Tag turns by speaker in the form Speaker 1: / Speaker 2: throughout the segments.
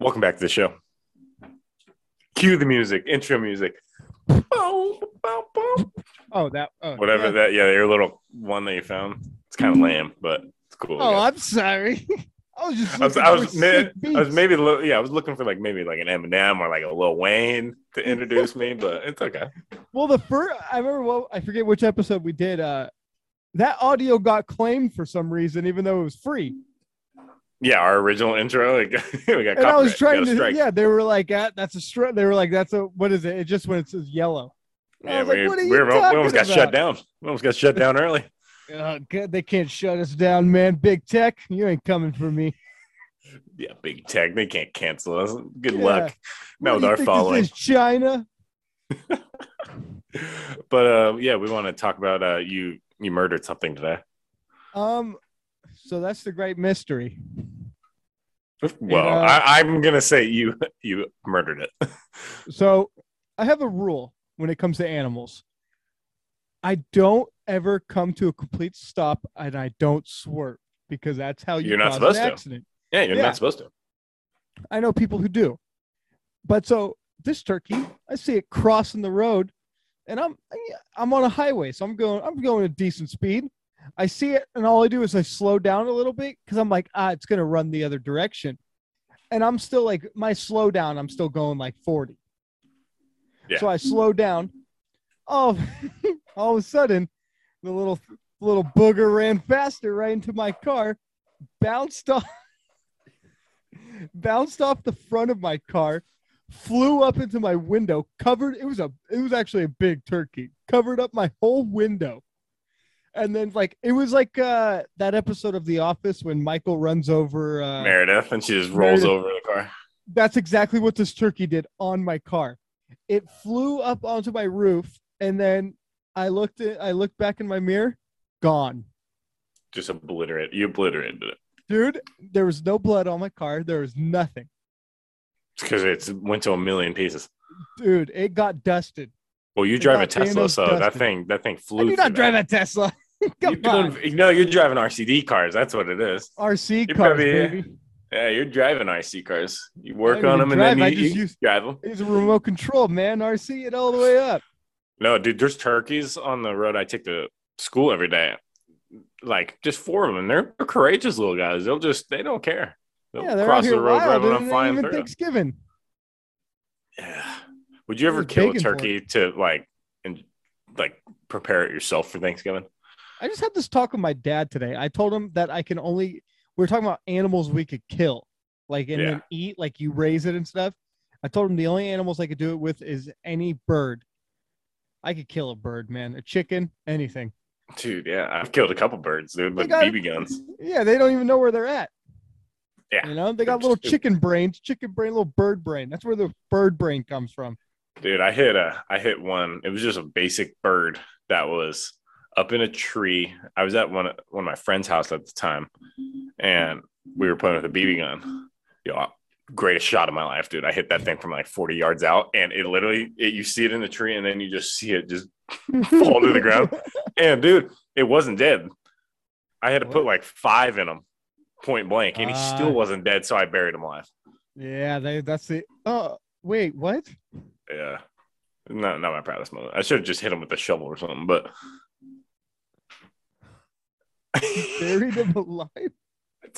Speaker 1: Welcome back to the show. Cue the music, intro music. Bow, bow, bow.
Speaker 2: Oh, that. Oh,
Speaker 1: Whatever
Speaker 2: yeah. Mm-hmm.
Speaker 1: that, yeah, your little one that you found. It's kind of lame, but it's cool.
Speaker 2: Oh,
Speaker 1: I,
Speaker 2: I'm sorry. I was just.
Speaker 1: guess.
Speaker 2: looking
Speaker 1: I was, I
Speaker 2: for
Speaker 1: was,
Speaker 2: sick
Speaker 1: ma- I was
Speaker 2: beats.
Speaker 1: maybe, lo- yeah, I was looking for like maybe like an Eminem or like a Lil Wayne to introduce me, but it's okay.
Speaker 2: Well, the first I remember. Well, I forget which episode we did. Uh, that audio got claimed for some reason, even though it was free.
Speaker 1: Yeah, our original intro, like, we got.
Speaker 2: And I was
Speaker 1: copyright.
Speaker 2: trying
Speaker 1: Got a
Speaker 2: to.
Speaker 1: strike.
Speaker 2: Yeah, they were like, ah, "That's a stri-. They were like, "That's a what is it?" It just when it says yellow. I
Speaker 1: Yeah,
Speaker 2: was like,
Speaker 1: we,
Speaker 2: what are
Speaker 1: we
Speaker 2: you
Speaker 1: were- we almost
Speaker 2: talking
Speaker 1: got shut
Speaker 2: about?
Speaker 1: down. We almost got shut down early.
Speaker 2: Oh, God, they can't shut us down, man. Big tech, you ain't coming for me.
Speaker 1: Yeah, big tech. They can't cancel us. Good
Speaker 2: Yeah.
Speaker 1: luck. That
Speaker 2: What
Speaker 1: was
Speaker 2: do you
Speaker 1: our
Speaker 2: think
Speaker 1: following.
Speaker 2: This is China.
Speaker 1: But uh, yeah, we want to talk about uh, you. You murdered something today.
Speaker 2: Um, so that's the great mystery.
Speaker 1: Well,
Speaker 2: uh,
Speaker 1: I, I'm gonna say you you murdered it.
Speaker 2: So I have a rule when it comes to animals. I don't ever come to a complete stop and I don't swerve because that's how you
Speaker 1: You're not
Speaker 2: cause
Speaker 1: supposed
Speaker 2: an
Speaker 1: to.
Speaker 2: accident.
Speaker 1: Yeah, you're
Speaker 2: Yeah.
Speaker 1: not supposed to.
Speaker 2: I know people who do. But so this turkey, I see it crossing the road and I'm I'm on a highway, so I'm going I'm going at decent speed. I see it and all I do is I slow down a little bit cuz I'm like, ah, it's going to run the other direction. And I'm still like my slow down, I'm still going like 40.
Speaker 1: Yeah.
Speaker 2: So I slow down. Oh, all of a sudden, the little little booger ran faster right into my car, bounced off bounced off the front of my car, flew up into my window, covered it was a it was actually a big turkey, covered up my whole window. And then like it was like uh that episode of The Office when Michael runs over uh
Speaker 1: Meredith, and she just rolls
Speaker 2: Meredith-
Speaker 1: over in the car.
Speaker 2: that's exactly what this turkey did on my car. It flew up onto my roof, and then I looked at, I looked back in my mirror, gone,
Speaker 1: Just obliterate. You obliterated it
Speaker 2: dude. There was no blood on my car. There was nothing,
Speaker 1: because it went to a million pieces.
Speaker 2: dude. It got dusted.
Speaker 1: Well, you
Speaker 2: It
Speaker 1: drive a
Speaker 2: got
Speaker 1: Tesla,
Speaker 2: Thanos
Speaker 1: so that
Speaker 2: dusted.
Speaker 1: thing that thing
Speaker 2: I
Speaker 1: flew.
Speaker 2: do
Speaker 1: through
Speaker 2: not drive
Speaker 1: that.
Speaker 2: a Tesla. Come
Speaker 1: You're
Speaker 2: on,
Speaker 1: doing- no, you're driving RCD cars. That's what it is.
Speaker 2: RC
Speaker 1: You're
Speaker 2: cars,
Speaker 1: probably-
Speaker 2: baby.
Speaker 1: Yeah, you're driving RC cars. You work
Speaker 2: don't
Speaker 1: on them
Speaker 2: even
Speaker 1: and then you,
Speaker 2: drive, I just
Speaker 1: you
Speaker 2: use-
Speaker 1: drive them.
Speaker 2: It's a remote control, man. RC it all the way up.
Speaker 1: No, dude, there's turkeys on the road I take to school every day. Like just four of them. They're, they're courageous little guys. They'll just they don't care. They'll
Speaker 2: yeah, they're
Speaker 1: cross
Speaker 2: out here
Speaker 1: the road
Speaker 2: wild,
Speaker 1: rather than
Speaker 2: and it ain't
Speaker 1: flying
Speaker 2: even
Speaker 1: through.
Speaker 2: Thanksgiving.
Speaker 1: Yeah. Would you ever
Speaker 2: They're
Speaker 1: kill a
Speaker 2: begging for it.
Speaker 1: turkey to like and like prepare it yourself for Thanksgiving?
Speaker 2: I just had this talk with my dad today. I told him that I can only we were talking about animals we could kill, like and
Speaker 1: Yeah.
Speaker 2: then eat, like you raise it and stuff. I told him the only animals I could do it with is any bird. I could kill a bird, man, a chicken, anything.
Speaker 1: Dude, yeah, I've killed a couple birds, dude, with
Speaker 2: got-
Speaker 1: BB guns.
Speaker 2: Yeah, they don't even know where they're at.
Speaker 1: Yeah,
Speaker 2: you know they
Speaker 1: they're
Speaker 2: got little
Speaker 1: stupid.
Speaker 2: chicken brains, chicken brain, little bird brain. That's where the bird brain comes from.
Speaker 1: Dude, I hit a I hit one. It was just a basic bird that was up in a tree. I was at one one of my friend's house at the time, and we were playing with a BB gun. Yo, greatest shot of my life, dude. I hit that thing from like 40 yards out, and it literally it, you see it in the tree, and then you just see it just fall to the ground. And dude, it wasn't dead. I had to put like five in him, point blank, and he
Speaker 2: Ah.
Speaker 1: still wasn't dead, so I buried him alive.
Speaker 2: yeah, they, that's it. Oh wait, what?
Speaker 1: Yeah. Not not my proudest moment. I should have just hit him with a shovel or something, but
Speaker 2: Buried them alive?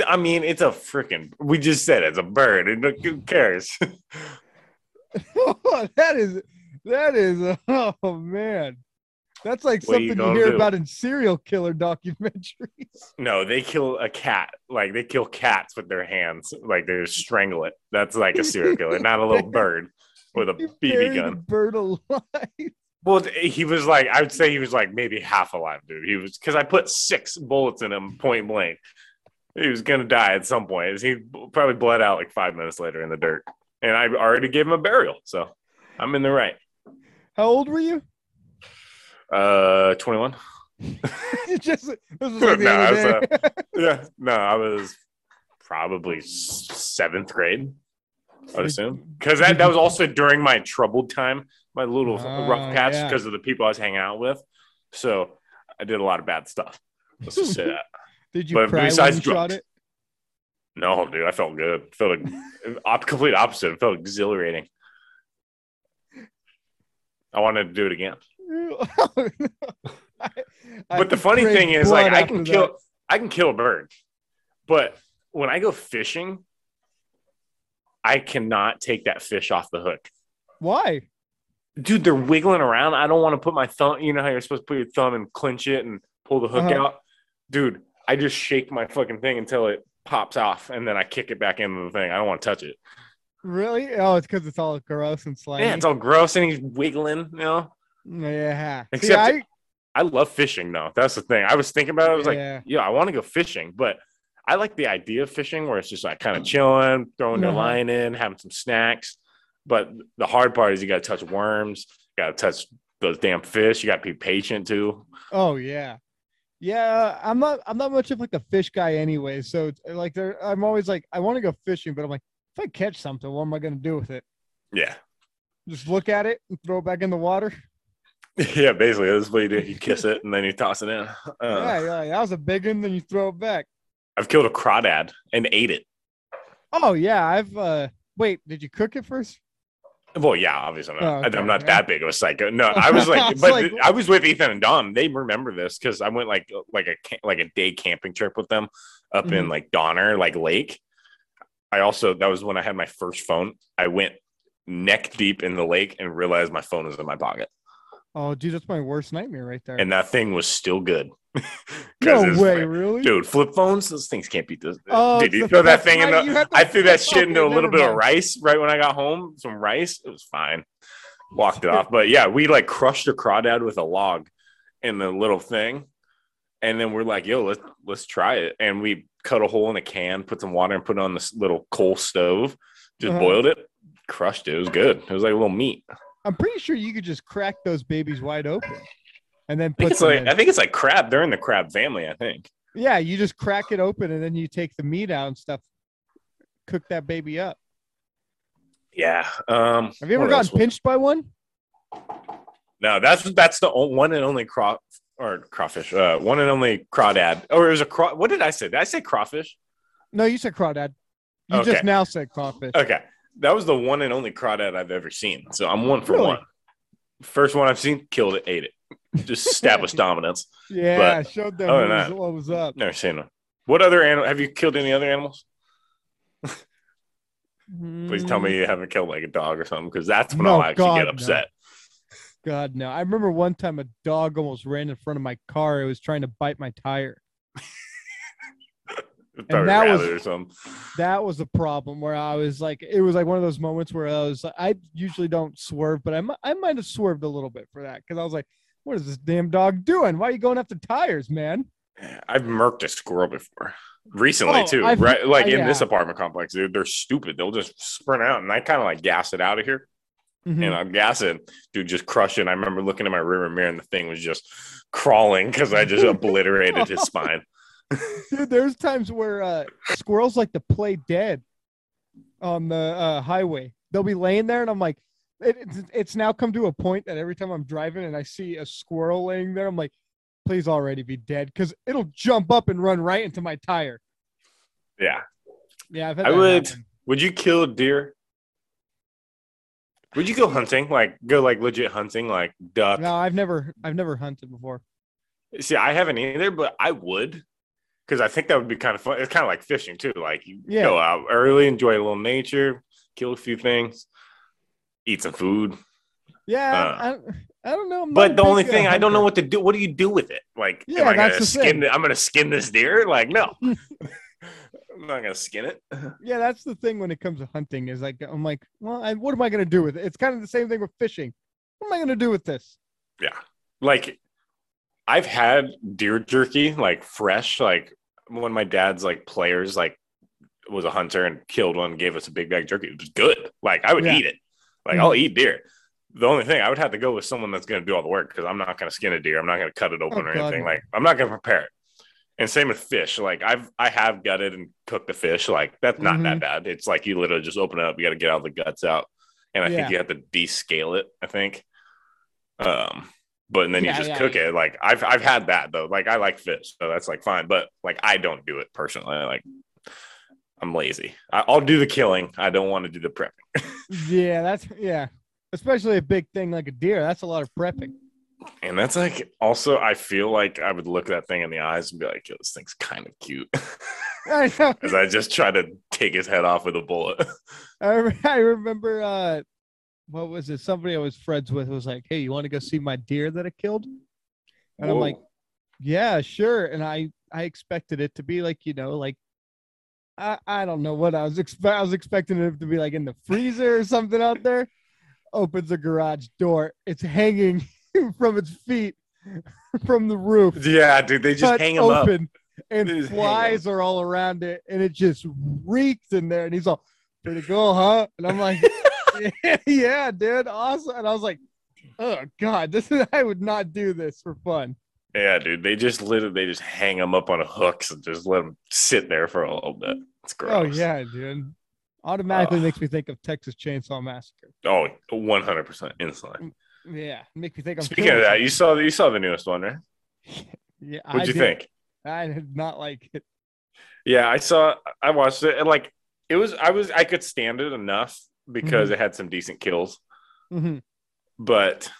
Speaker 1: I mean, it's a freaking. We just said it's a bird. And look, who cares?
Speaker 2: that is that is oh man that's like
Speaker 1: What you
Speaker 2: something you,
Speaker 1: gonna
Speaker 2: hear
Speaker 1: do?
Speaker 2: about in serial killer documentaries
Speaker 1: no, they kill a cat. Like they kill cats with their hands. Like they just strangle it. That's like a serial killer, not a little bird with a
Speaker 2: You
Speaker 1: BB
Speaker 2: buried a
Speaker 1: gun.
Speaker 2: bird alive
Speaker 1: Well, he was like, I would say he was like maybe half alive, dude. He was because I put six bullets in him point blank. He was gonna die at some point. He probably bled out like five minutes later in the dirt, and I already gave him a burial, so I'm in the right.
Speaker 2: how old were you
Speaker 1: Uh, 21.
Speaker 2: You just this was like the
Speaker 1: No,
Speaker 2: other
Speaker 1: I was, uh,
Speaker 2: day.
Speaker 1: Yeah, no, I was probably s- seventh grade. I would assume because that, that was also during my troubled time, my little
Speaker 2: Oh,
Speaker 1: rough patch
Speaker 2: yeah.
Speaker 1: because of the people I was hanging out with. So I did a lot of bad stuff. Let's just say that.
Speaker 2: did you
Speaker 1: but
Speaker 2: cry when
Speaker 1: besides
Speaker 2: you shot
Speaker 1: drugs.
Speaker 2: it
Speaker 1: No, dude, I felt good. Felt a, op- complete opposite. It felt exhilarating. I wanted to do it again.
Speaker 2: I- I
Speaker 1: but the
Speaker 2: could
Speaker 1: funny
Speaker 2: crave
Speaker 1: thing is,
Speaker 2: blood
Speaker 1: like, I
Speaker 2: after
Speaker 1: can
Speaker 2: that.
Speaker 1: kill, I can kill a bird, but when I go fishing, I cannot take that fish off the hook.
Speaker 2: Why?
Speaker 1: Dude, they're wiggling around. I don't want to put my thumb. You know how you're supposed to put your thumb and clinch it and pull the hook
Speaker 2: Uh-huh.
Speaker 1: out. Dude, I just shake my fucking thing until it pops off, and then I kick it back into the thing. I don't want to touch it.
Speaker 2: Really? Oh, it's because it's all gross and slimy.
Speaker 1: Yeah, it's all gross, and he's wiggling. You know,
Speaker 2: Yeah. See,
Speaker 1: Except
Speaker 2: I-
Speaker 1: I love fishing though. That's the thing. I was thinking about it. I was like,
Speaker 2: yeah.
Speaker 1: yeah, I want to go fishing, but I like the idea of fishing where it's just like kind of chilling, throwing their
Speaker 2: Uh-huh.
Speaker 1: line in, having some snacks. But the hard part is you got to touch worms, you got to touch those damn fish. You got to be patient too.
Speaker 2: Oh yeah, yeah. I'm not. I'm not much of like a fish guy anyway. So it's, like, there. I'm always like, I want to go fishing, but I'm like, if I catch something, what am I gonna do with it?
Speaker 1: Yeah.
Speaker 2: Just look at it and throw it back in the water.
Speaker 1: Yeah, basically, that's what you do. You kiss it and then you toss it in. Uh,
Speaker 2: yeah, yeah. That was a big one. Then you throw it back.
Speaker 1: I've killed a crawdad and ate it.
Speaker 2: Oh yeah, I've. uh Wait, did you cook it first?
Speaker 1: Well, yeah, obviously, I'm not,
Speaker 2: Oh, okay,
Speaker 1: I'm not
Speaker 2: yeah.
Speaker 1: that big of a psycho. No, I was like,
Speaker 2: I was
Speaker 1: but
Speaker 2: like-
Speaker 1: I was with Ethan and Don. They remember this because I went like like a ca- like a day camping trip with them up in
Speaker 2: Mhm.
Speaker 1: like Donner, like Lake. I also that was when I had my first phone. I went neck deep in the lake and realized my phone was in my pocket,
Speaker 2: Oh, dude, that's my worst nightmare right there.
Speaker 1: and that thing was still good. 'Cause
Speaker 2: no
Speaker 1: it's-
Speaker 2: way, really?
Speaker 1: dude! Flip phones, those things can't beat this.
Speaker 2: Oh,
Speaker 1: dude,
Speaker 2: it's
Speaker 1: you
Speaker 2: the-
Speaker 1: throw that
Speaker 2: that's
Speaker 1: thing in
Speaker 2: right,
Speaker 1: the.
Speaker 2: you had the
Speaker 1: I threw that shit
Speaker 2: flip
Speaker 1: into a
Speaker 2: phone,
Speaker 1: little
Speaker 2: never
Speaker 1: bit of
Speaker 2: mind.
Speaker 1: rice right when I got home. Some rice. It was fine. Walked it off. But yeah, we like crushed a crawdad with a log in the little thing. And then we're like, yo, let's let's try it. And we cut a hole in a can, put some water and put it on this little coal stove. Just
Speaker 2: Uh-huh.
Speaker 1: boiled it, crushed it. It was good. It was like a little meat.
Speaker 2: I'm pretty sure you could just crack those babies wide open, and then
Speaker 1: I think
Speaker 2: put
Speaker 1: it's
Speaker 2: them
Speaker 1: like
Speaker 2: in.
Speaker 1: I think it's like crab. They're in the crab family, I think.
Speaker 2: Yeah, you just crack it open and then you take the meat out and stuff. Cook that baby up.
Speaker 1: Yeah. Um
Speaker 2: Have you ever
Speaker 1: what else
Speaker 2: gotten
Speaker 1: was-
Speaker 2: pinched by one?
Speaker 1: No, that's that's the o- one and only craw or crawfish. Uh, one and only crawdad. Or it was a craw. What did I say? Did I say crawfish?
Speaker 2: No, you said crawdad. You
Speaker 1: Okay.
Speaker 2: just now said crawfish.
Speaker 1: Okay, that was the one and only crawdad I've ever seen. So I'm one for
Speaker 2: Really?
Speaker 1: one. First one I've seen, killed it, ate it, just established dominance.
Speaker 2: yeah, showed them
Speaker 1: other
Speaker 2: what
Speaker 1: than
Speaker 2: was,
Speaker 1: that-
Speaker 2: what was up.
Speaker 1: Never seen one. What other animal? Have you killed any other animals? Please tell me
Speaker 2: Mm,
Speaker 1: you haven't killed like a dog or something, because that's when
Speaker 2: No,
Speaker 1: I'll actually
Speaker 2: God,
Speaker 1: get
Speaker 2: no.
Speaker 1: upset.
Speaker 2: God, no. I remember one time a dog almost ran in front of my car. It was trying to bite my tire.
Speaker 1: It's Probably
Speaker 2: that was-
Speaker 1: rabbit or something.
Speaker 2: That was a problem where I was like, it was like one of those moments where I was like, I usually don't swerve, but I, mi- I might have swerved a little bit for that because I was like, what is this damn dog doing? Why are you going after tires, man?
Speaker 1: I've murked a squirrel before. Recently
Speaker 2: Oh,
Speaker 1: too,
Speaker 2: I've-
Speaker 1: right? Like in
Speaker 2: yeah.
Speaker 1: this apartment complex, dude, they're stupid. They'll just sprint out, and I kind of like gas it out of here,
Speaker 2: Mhm.
Speaker 1: and I'm gassing, dude, just crushing. I remember looking in my rear mirror, and the thing was just crawling because I just obliterated his spine.
Speaker 2: Dude, there's times where uh, squirrels like to play dead on the uh, highway. They'll be laying there, and I'm like, it, it's, it's now come to a point that every time I'm driving and I see a squirrel laying there, I'm like, please already be dead because it'll jump up and run right into my tire.
Speaker 1: Yeah.
Speaker 2: Yeah, I've had
Speaker 1: I
Speaker 2: that
Speaker 1: would-
Speaker 2: happen.
Speaker 1: Would you kill a deer? Would you go hunting? Like go like legit hunting, like duck?
Speaker 2: No, I've never, I've never hunted before.
Speaker 1: See, I haven't either, but I would because I think that would be kind of fun. It's kind of like fishing too. Like you
Speaker 2: Yeah.
Speaker 1: go out early, enjoy a little nature, kill a few things, eat some food.
Speaker 2: Yeah,
Speaker 1: Uh,
Speaker 2: I, don't- I don't know. I'm not
Speaker 1: But
Speaker 2: a
Speaker 1: the
Speaker 2: big,
Speaker 1: only
Speaker 2: uh,
Speaker 1: thing I don't know
Speaker 2: hunter.
Speaker 1: what to do. What do you do with it? Like,
Speaker 2: Yeah,
Speaker 1: am I
Speaker 2: that's
Speaker 1: gonna
Speaker 2: the
Speaker 1: skin?
Speaker 2: thing.
Speaker 1: it- I'm gonna skin this deer? Like, no, I'm not gonna skin it.
Speaker 2: Yeah, that's the thing when it comes to hunting is like I'm like, well, I, what am I gonna do with it? It's kind of the same thing with fishing. What am I gonna do with this?
Speaker 1: Yeah, like I've had deer jerky, like fresh, like one of my dad's like players, like was a hunter and killed one, gave us a big bag of jerky. It was good. Like I would
Speaker 2: Yeah. Mm-hmm.
Speaker 1: eat it. Like I'll eat deer. The only thing I would have to go with someone that's going to do all the work because I'm not going to skin a deer. I'm not going to cut it open
Speaker 2: Oh,
Speaker 1: or
Speaker 2: God,
Speaker 1: anything.
Speaker 2: no.
Speaker 1: Like I'm not going to prepare it. And same with fish. Like I've I have gutted and cooked the fish. Like that's not
Speaker 2: Mm-hmm.
Speaker 1: that bad. It's like you literally just open it up. You got to get all the guts out, and I
Speaker 2: Yeah.
Speaker 1: think you have to descale it. I think. Um, but and then
Speaker 2: Yeah,
Speaker 1: you just
Speaker 2: yeah,
Speaker 1: cook it. Like I've I've had that though. Like I like fish, so that's like fine. But like I don't do it personally. Like I'm lazy. I, I'll do the killing. I don't want to do the prepping.
Speaker 2: Yeah, that's yeah. Especially a big thing like a deer. That's a lot of prepping.
Speaker 1: And that's like also I feel like I would look that thing in the eyes and be like, yo, this thing's kind of cute.
Speaker 2: I know.
Speaker 1: As I just try to take his head off with a bullet.
Speaker 2: I, re- I remember uh what was it? Somebody I was friends with was like, "Hey, you want to go see my deer that I killed?" And I'm
Speaker 1: Whoa.
Speaker 2: like, "Yeah, sure." And I I expected it to be like you know like I I don't know what I was expect I was expecting it to be like in the freezer or something out there. Opens the garage door. It's hanging from its feet from the roof.
Speaker 1: yeah, dude, they just
Speaker 2: cut
Speaker 1: hang him up.
Speaker 2: and
Speaker 1: They just hang 'em.
Speaker 2: flies are all around it, and it just reeked in there. And he's all, "Pretty cool, huh?" And I'm like, yeah, "Yeah, dude, awesome." And I was like, "Oh God, this is I would not do this for fun."
Speaker 1: Yeah, dude, they just literally they just hang him up on hooks and just let him sit there for a little bit. It's gross.
Speaker 2: Oh yeah, dude. Automatically
Speaker 1: Ugh.
Speaker 2: makes me think of Texas Chainsaw Massacre.
Speaker 1: Oh, 100% instantly.
Speaker 2: Yeah, make me think. I'm
Speaker 1: Speaking of
Speaker 2: killing
Speaker 1: that, you saw the, you saw the newest one, right?
Speaker 2: something. yeah,
Speaker 1: What'd
Speaker 2: I
Speaker 1: you
Speaker 2: did-
Speaker 1: think?
Speaker 2: I did not like it.
Speaker 1: Yeah, I saw. I watched it, and like it was, I was, I could stand it enough
Speaker 2: Mm-hmm.
Speaker 1: because it had some decent kills.
Speaker 2: Mhm.
Speaker 1: But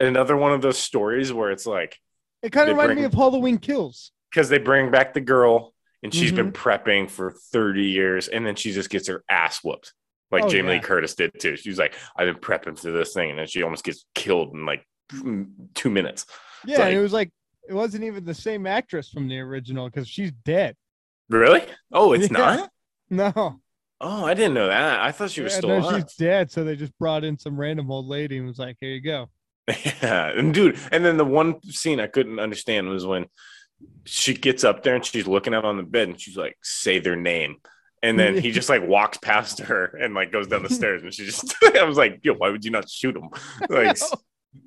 Speaker 1: another one of those stories where it's like
Speaker 2: It kind
Speaker 1: They
Speaker 2: of reminded
Speaker 1: bring-
Speaker 2: me of Halloween Kills.
Speaker 1: because they bring back the girl and she's been
Speaker 2: Mm-hmm.
Speaker 1: prepping for thirty years, and then she just gets her ass whooped, like
Speaker 2: Oh,
Speaker 1: Jamie Lee
Speaker 2: yeah.
Speaker 1: Curtis did too. She was like, "I've been prepping for this thing," and then she almost gets killed in like two minutes.
Speaker 2: Yeah, and
Speaker 1: like-
Speaker 2: it was like it wasn't even the same actress from the original because she's dead.
Speaker 1: Really? Oh, it's
Speaker 2: Yeah.
Speaker 1: not.
Speaker 2: No.
Speaker 1: Oh, I didn't know that. I thought she was
Speaker 2: Yeah,
Speaker 1: still
Speaker 2: no,
Speaker 1: alive.
Speaker 2: she's dead. So they just brought in some random old lady and was like, "Here you go."
Speaker 1: Yeah, and dude, and then the one scene I couldn't understand was when she gets up there and she's looking out on the bed and she's like, "Say their name," and then he just like walks past her and like goes down the stairs and she just, I was like, "Yo, why would you not shoot him?" Like, s-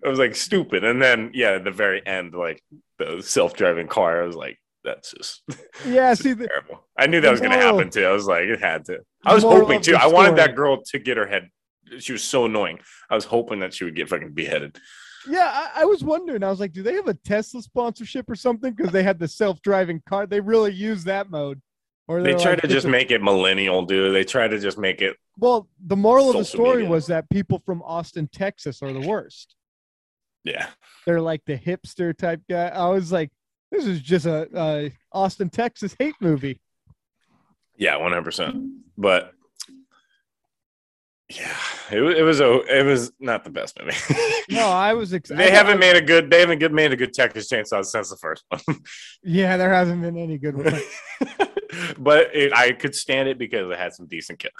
Speaker 1: I was like, "Stupid." And then yeah, at the very end, like the self-driving car, I was like, "That's just
Speaker 2: Yeah, see, the,
Speaker 1: terrible." I knew that was gonna
Speaker 2: Moral-
Speaker 1: happen too. I was like, "It had to." I was
Speaker 2: Moral
Speaker 1: hoping
Speaker 2: of
Speaker 1: too.
Speaker 2: the
Speaker 1: I wanted
Speaker 2: story.
Speaker 1: that girl to get her head. She was so annoying. I was hoping that she would get fucking beheaded.
Speaker 2: yeah, I, I was wondering. I was like, "Do they have a Tesla sponsorship or something?" Because they had the self-driving car. They really use that mode. Or
Speaker 1: They
Speaker 2: they're
Speaker 1: try
Speaker 2: like,
Speaker 1: to
Speaker 2: it's
Speaker 1: just
Speaker 2: a-
Speaker 1: make it millennial, dude. They try to just make it.
Speaker 2: Well, the moral of the
Speaker 1: social
Speaker 2: story
Speaker 1: media.
Speaker 2: was that people from Austin, Texas, are the worst.
Speaker 1: Yeah,
Speaker 2: They're like the hipster type guy. I was like, "This is just a, a Austin, Texas hate movie."
Speaker 1: yeah, one hundred
Speaker 2: Mm-hmm.
Speaker 1: percent. But yeah, it, wa- it was a it was not the best movie.
Speaker 2: No, I was. Ex-
Speaker 1: they
Speaker 2: I-
Speaker 1: haven't made a good. They haven't good made a good Texas Chainsaw since the first one.
Speaker 2: Yeah, there hasn't been any good one.
Speaker 1: but it, I could stand it because it had some decent kill.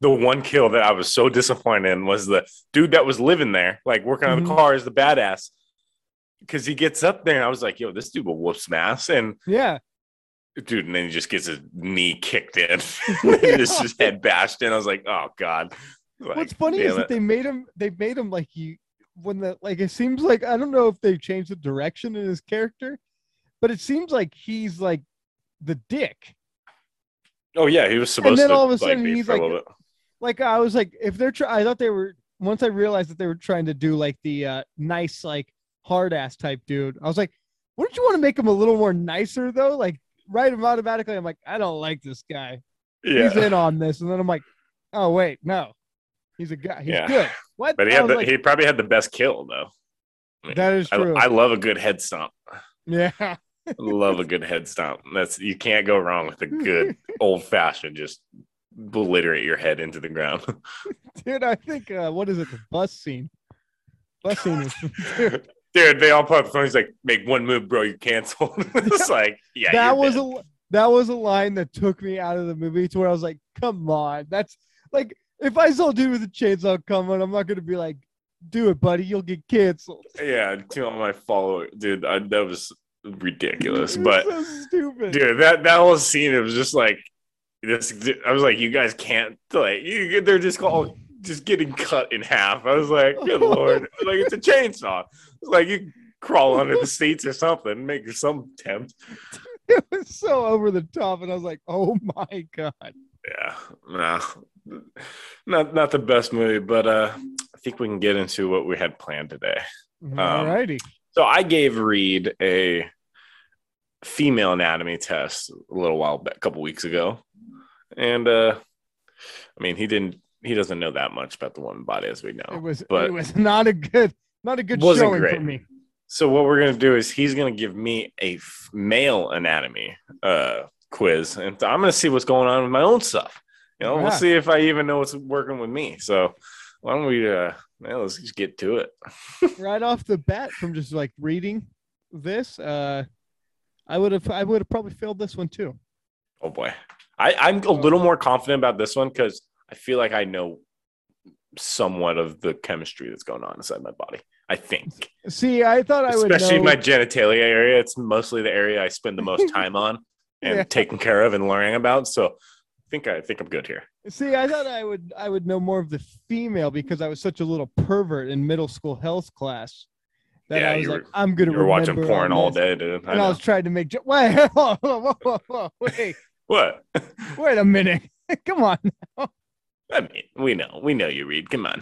Speaker 1: The one kill that I was so disappointed in was the dude that was living there, like working on
Speaker 2: Mhm.
Speaker 1: the cars, the badass. Because he gets up there and I was like, "Yo, this dude will whoop some ass," and
Speaker 2: yeah.
Speaker 1: dude, and then he just gets his knee kicked in, his, his head bashed in. I was like, oh god. Like,
Speaker 2: What's funny is
Speaker 1: damn
Speaker 2: that
Speaker 1: it.
Speaker 2: they made him. They made him like you. When the like, it seems like I don't know if they changed the direction in his character, but it seems like he's like the dick.
Speaker 1: oh yeah, he was supposed
Speaker 2: then
Speaker 1: to
Speaker 2: all of a
Speaker 1: like,
Speaker 2: sudden
Speaker 1: be
Speaker 2: he's
Speaker 1: for a
Speaker 2: like-
Speaker 1: little bit.
Speaker 2: Like I was like, if they're, try- I thought they were. Once I realized that they were trying to do like the uh, nice, like hard ass type dude, I was like, wouldn't you want to make him a little more nicer though? Like, write him automatically. I'm like, I don't like this guy. He's
Speaker 1: yeah.
Speaker 2: in on this, and then I'm like, oh wait, no, he's a guy. He's
Speaker 1: Yeah.
Speaker 2: good. What?
Speaker 1: But he
Speaker 2: I
Speaker 1: had
Speaker 2: was
Speaker 1: the,
Speaker 2: like,
Speaker 1: he probably had the best kill though.
Speaker 2: that is
Speaker 1: I,
Speaker 2: true.
Speaker 1: I love a good head stomp.
Speaker 2: yeah.
Speaker 1: I love a good head stomp. That's you can't go wrong with a good old fashioned just obliterate your head into the ground.
Speaker 2: dude. I think uh, what is it? The bus scene. Bus scene. Was, dude,
Speaker 1: Dude, they all pop the phone. He's like, make one move, bro, you canceled. it's like, yeah,
Speaker 2: that
Speaker 1: you're
Speaker 2: was
Speaker 1: dead.
Speaker 2: a that was a line that took me out of the movie to where I was like, come on, that's like if I saw a dude with a chainsaw coming, I'm not gonna be like, do it, buddy, you'll get canceled.
Speaker 1: yeah, to all my followers, dude, I, that was ridiculous.
Speaker 2: It
Speaker 1: But
Speaker 2: was so stupid.
Speaker 1: dude that that whole scene it was just like this i was like you guys can't like you, they're just all just getting cut in half i was like good lord like it's a chainsaw it's like you crawl under the seats or something make some attempt
Speaker 2: It was so over the top, and I was like, oh my god.
Speaker 1: yeah no not not the best movie but uh i think we can get into what we had planned today Um,
Speaker 2: Alrighty.
Speaker 1: so i gave reed a female anatomy test a little while back a couple weeks ago And uh I mean, he didn't. He doesn't know that much about the woman body as we
Speaker 2: It
Speaker 1: know.
Speaker 2: was
Speaker 1: but-
Speaker 2: it was not a good not a good
Speaker 1: Wasn't
Speaker 2: showing
Speaker 1: great.
Speaker 2: for me.
Speaker 1: So what we're gonna do is he's gonna give me a f- male anatomy uh quiz, and I'm gonna see what's going on with my own stuff. You know,
Speaker 2: Yeah.
Speaker 1: we'll see if I even know what's working with me. So why don't we? uh yeah, Let's just get to it.
Speaker 2: right off the bat from just like reading this, uh, I would have I would have probably failed this one too.
Speaker 1: Oh boy, I, I'm a little more confident about this one because I feel like I know somewhat of the chemistry that's going on inside my body. I think.
Speaker 2: See, I thought I would
Speaker 1: especially
Speaker 2: know.
Speaker 1: my genitalia area. It's mostly the area I spend the most time on and
Speaker 2: Yeah.
Speaker 1: taking care of and learning about. So I think I think I'm good here.
Speaker 2: see, I thought I would I would know more of the female because I was such a little pervert in middle school health class that
Speaker 1: Yeah,
Speaker 2: I was
Speaker 1: you
Speaker 2: like,
Speaker 1: were-
Speaker 2: I'm gonna
Speaker 1: You're watching
Speaker 2: remember
Speaker 1: porn all
Speaker 2: this."
Speaker 1: day, dude. I
Speaker 2: And I,
Speaker 1: know.
Speaker 2: was trying to make jo- wait, whoa, whoa, whoa, whoa, wait,
Speaker 1: What?
Speaker 2: wait a minute, come on.
Speaker 1: I mean, we know. We know you read. Come on.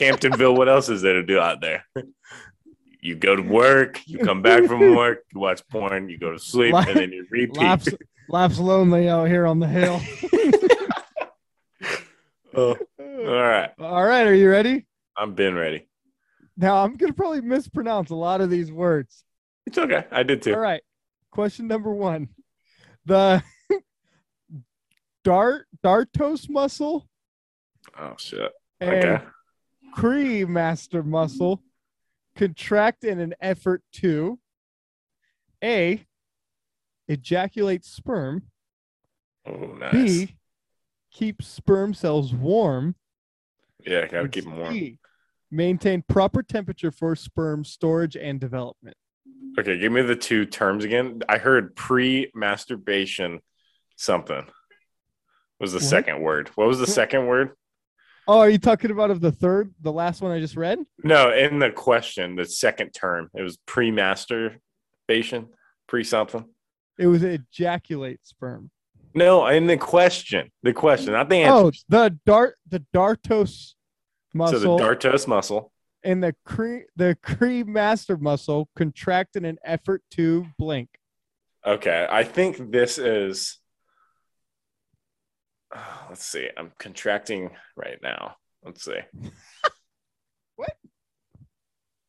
Speaker 1: Camptonville, what else is there to do out there? You go to work, you come back from work, you watch porn, you go to sleep,
Speaker 2: Life-
Speaker 1: and then you repeat.
Speaker 2: Laughs, laughs lonely out here on the hill.
Speaker 1: Oh, all right.
Speaker 2: Uh, All right, are you ready?
Speaker 1: I'm been ready.
Speaker 2: Now I'm gonna probably mispronounce a lot of these words.
Speaker 1: It's okay. I did too.
Speaker 2: All right. Question number one. The dart dartos muscle
Speaker 1: Oh shit.
Speaker 2: and
Speaker 1: Okay.
Speaker 2: cremaster muscle contract in an effort to A ejaculate sperm.
Speaker 1: Oh nice.
Speaker 2: B keep sperm cells warm.
Speaker 1: yeah, gotta
Speaker 2: and
Speaker 1: keep 'em warm.
Speaker 2: C, maintain proper temperature for sperm storage and development.
Speaker 1: Okay, give me the two terms again. I heard pre-masturbation something was the
Speaker 2: What?
Speaker 1: second word. What was the
Speaker 2: What?
Speaker 1: second word?
Speaker 2: Oh, are you talking about of the third, the last one I just read?
Speaker 1: No, in the question, the second term, it was pre-masturbation, pre something.
Speaker 2: It was ejaculate sperm.
Speaker 1: No, in the question, the question, not the
Speaker 2: Oh,
Speaker 1: answer.
Speaker 2: the dart, the dartos
Speaker 1: so
Speaker 2: muscle
Speaker 1: the dartos muscle.
Speaker 2: and the cre- the cremaster muscle contract in an effort to blink.
Speaker 1: Okay, I think this is. Let's see. I'm contracting right now. Let's see.
Speaker 2: What?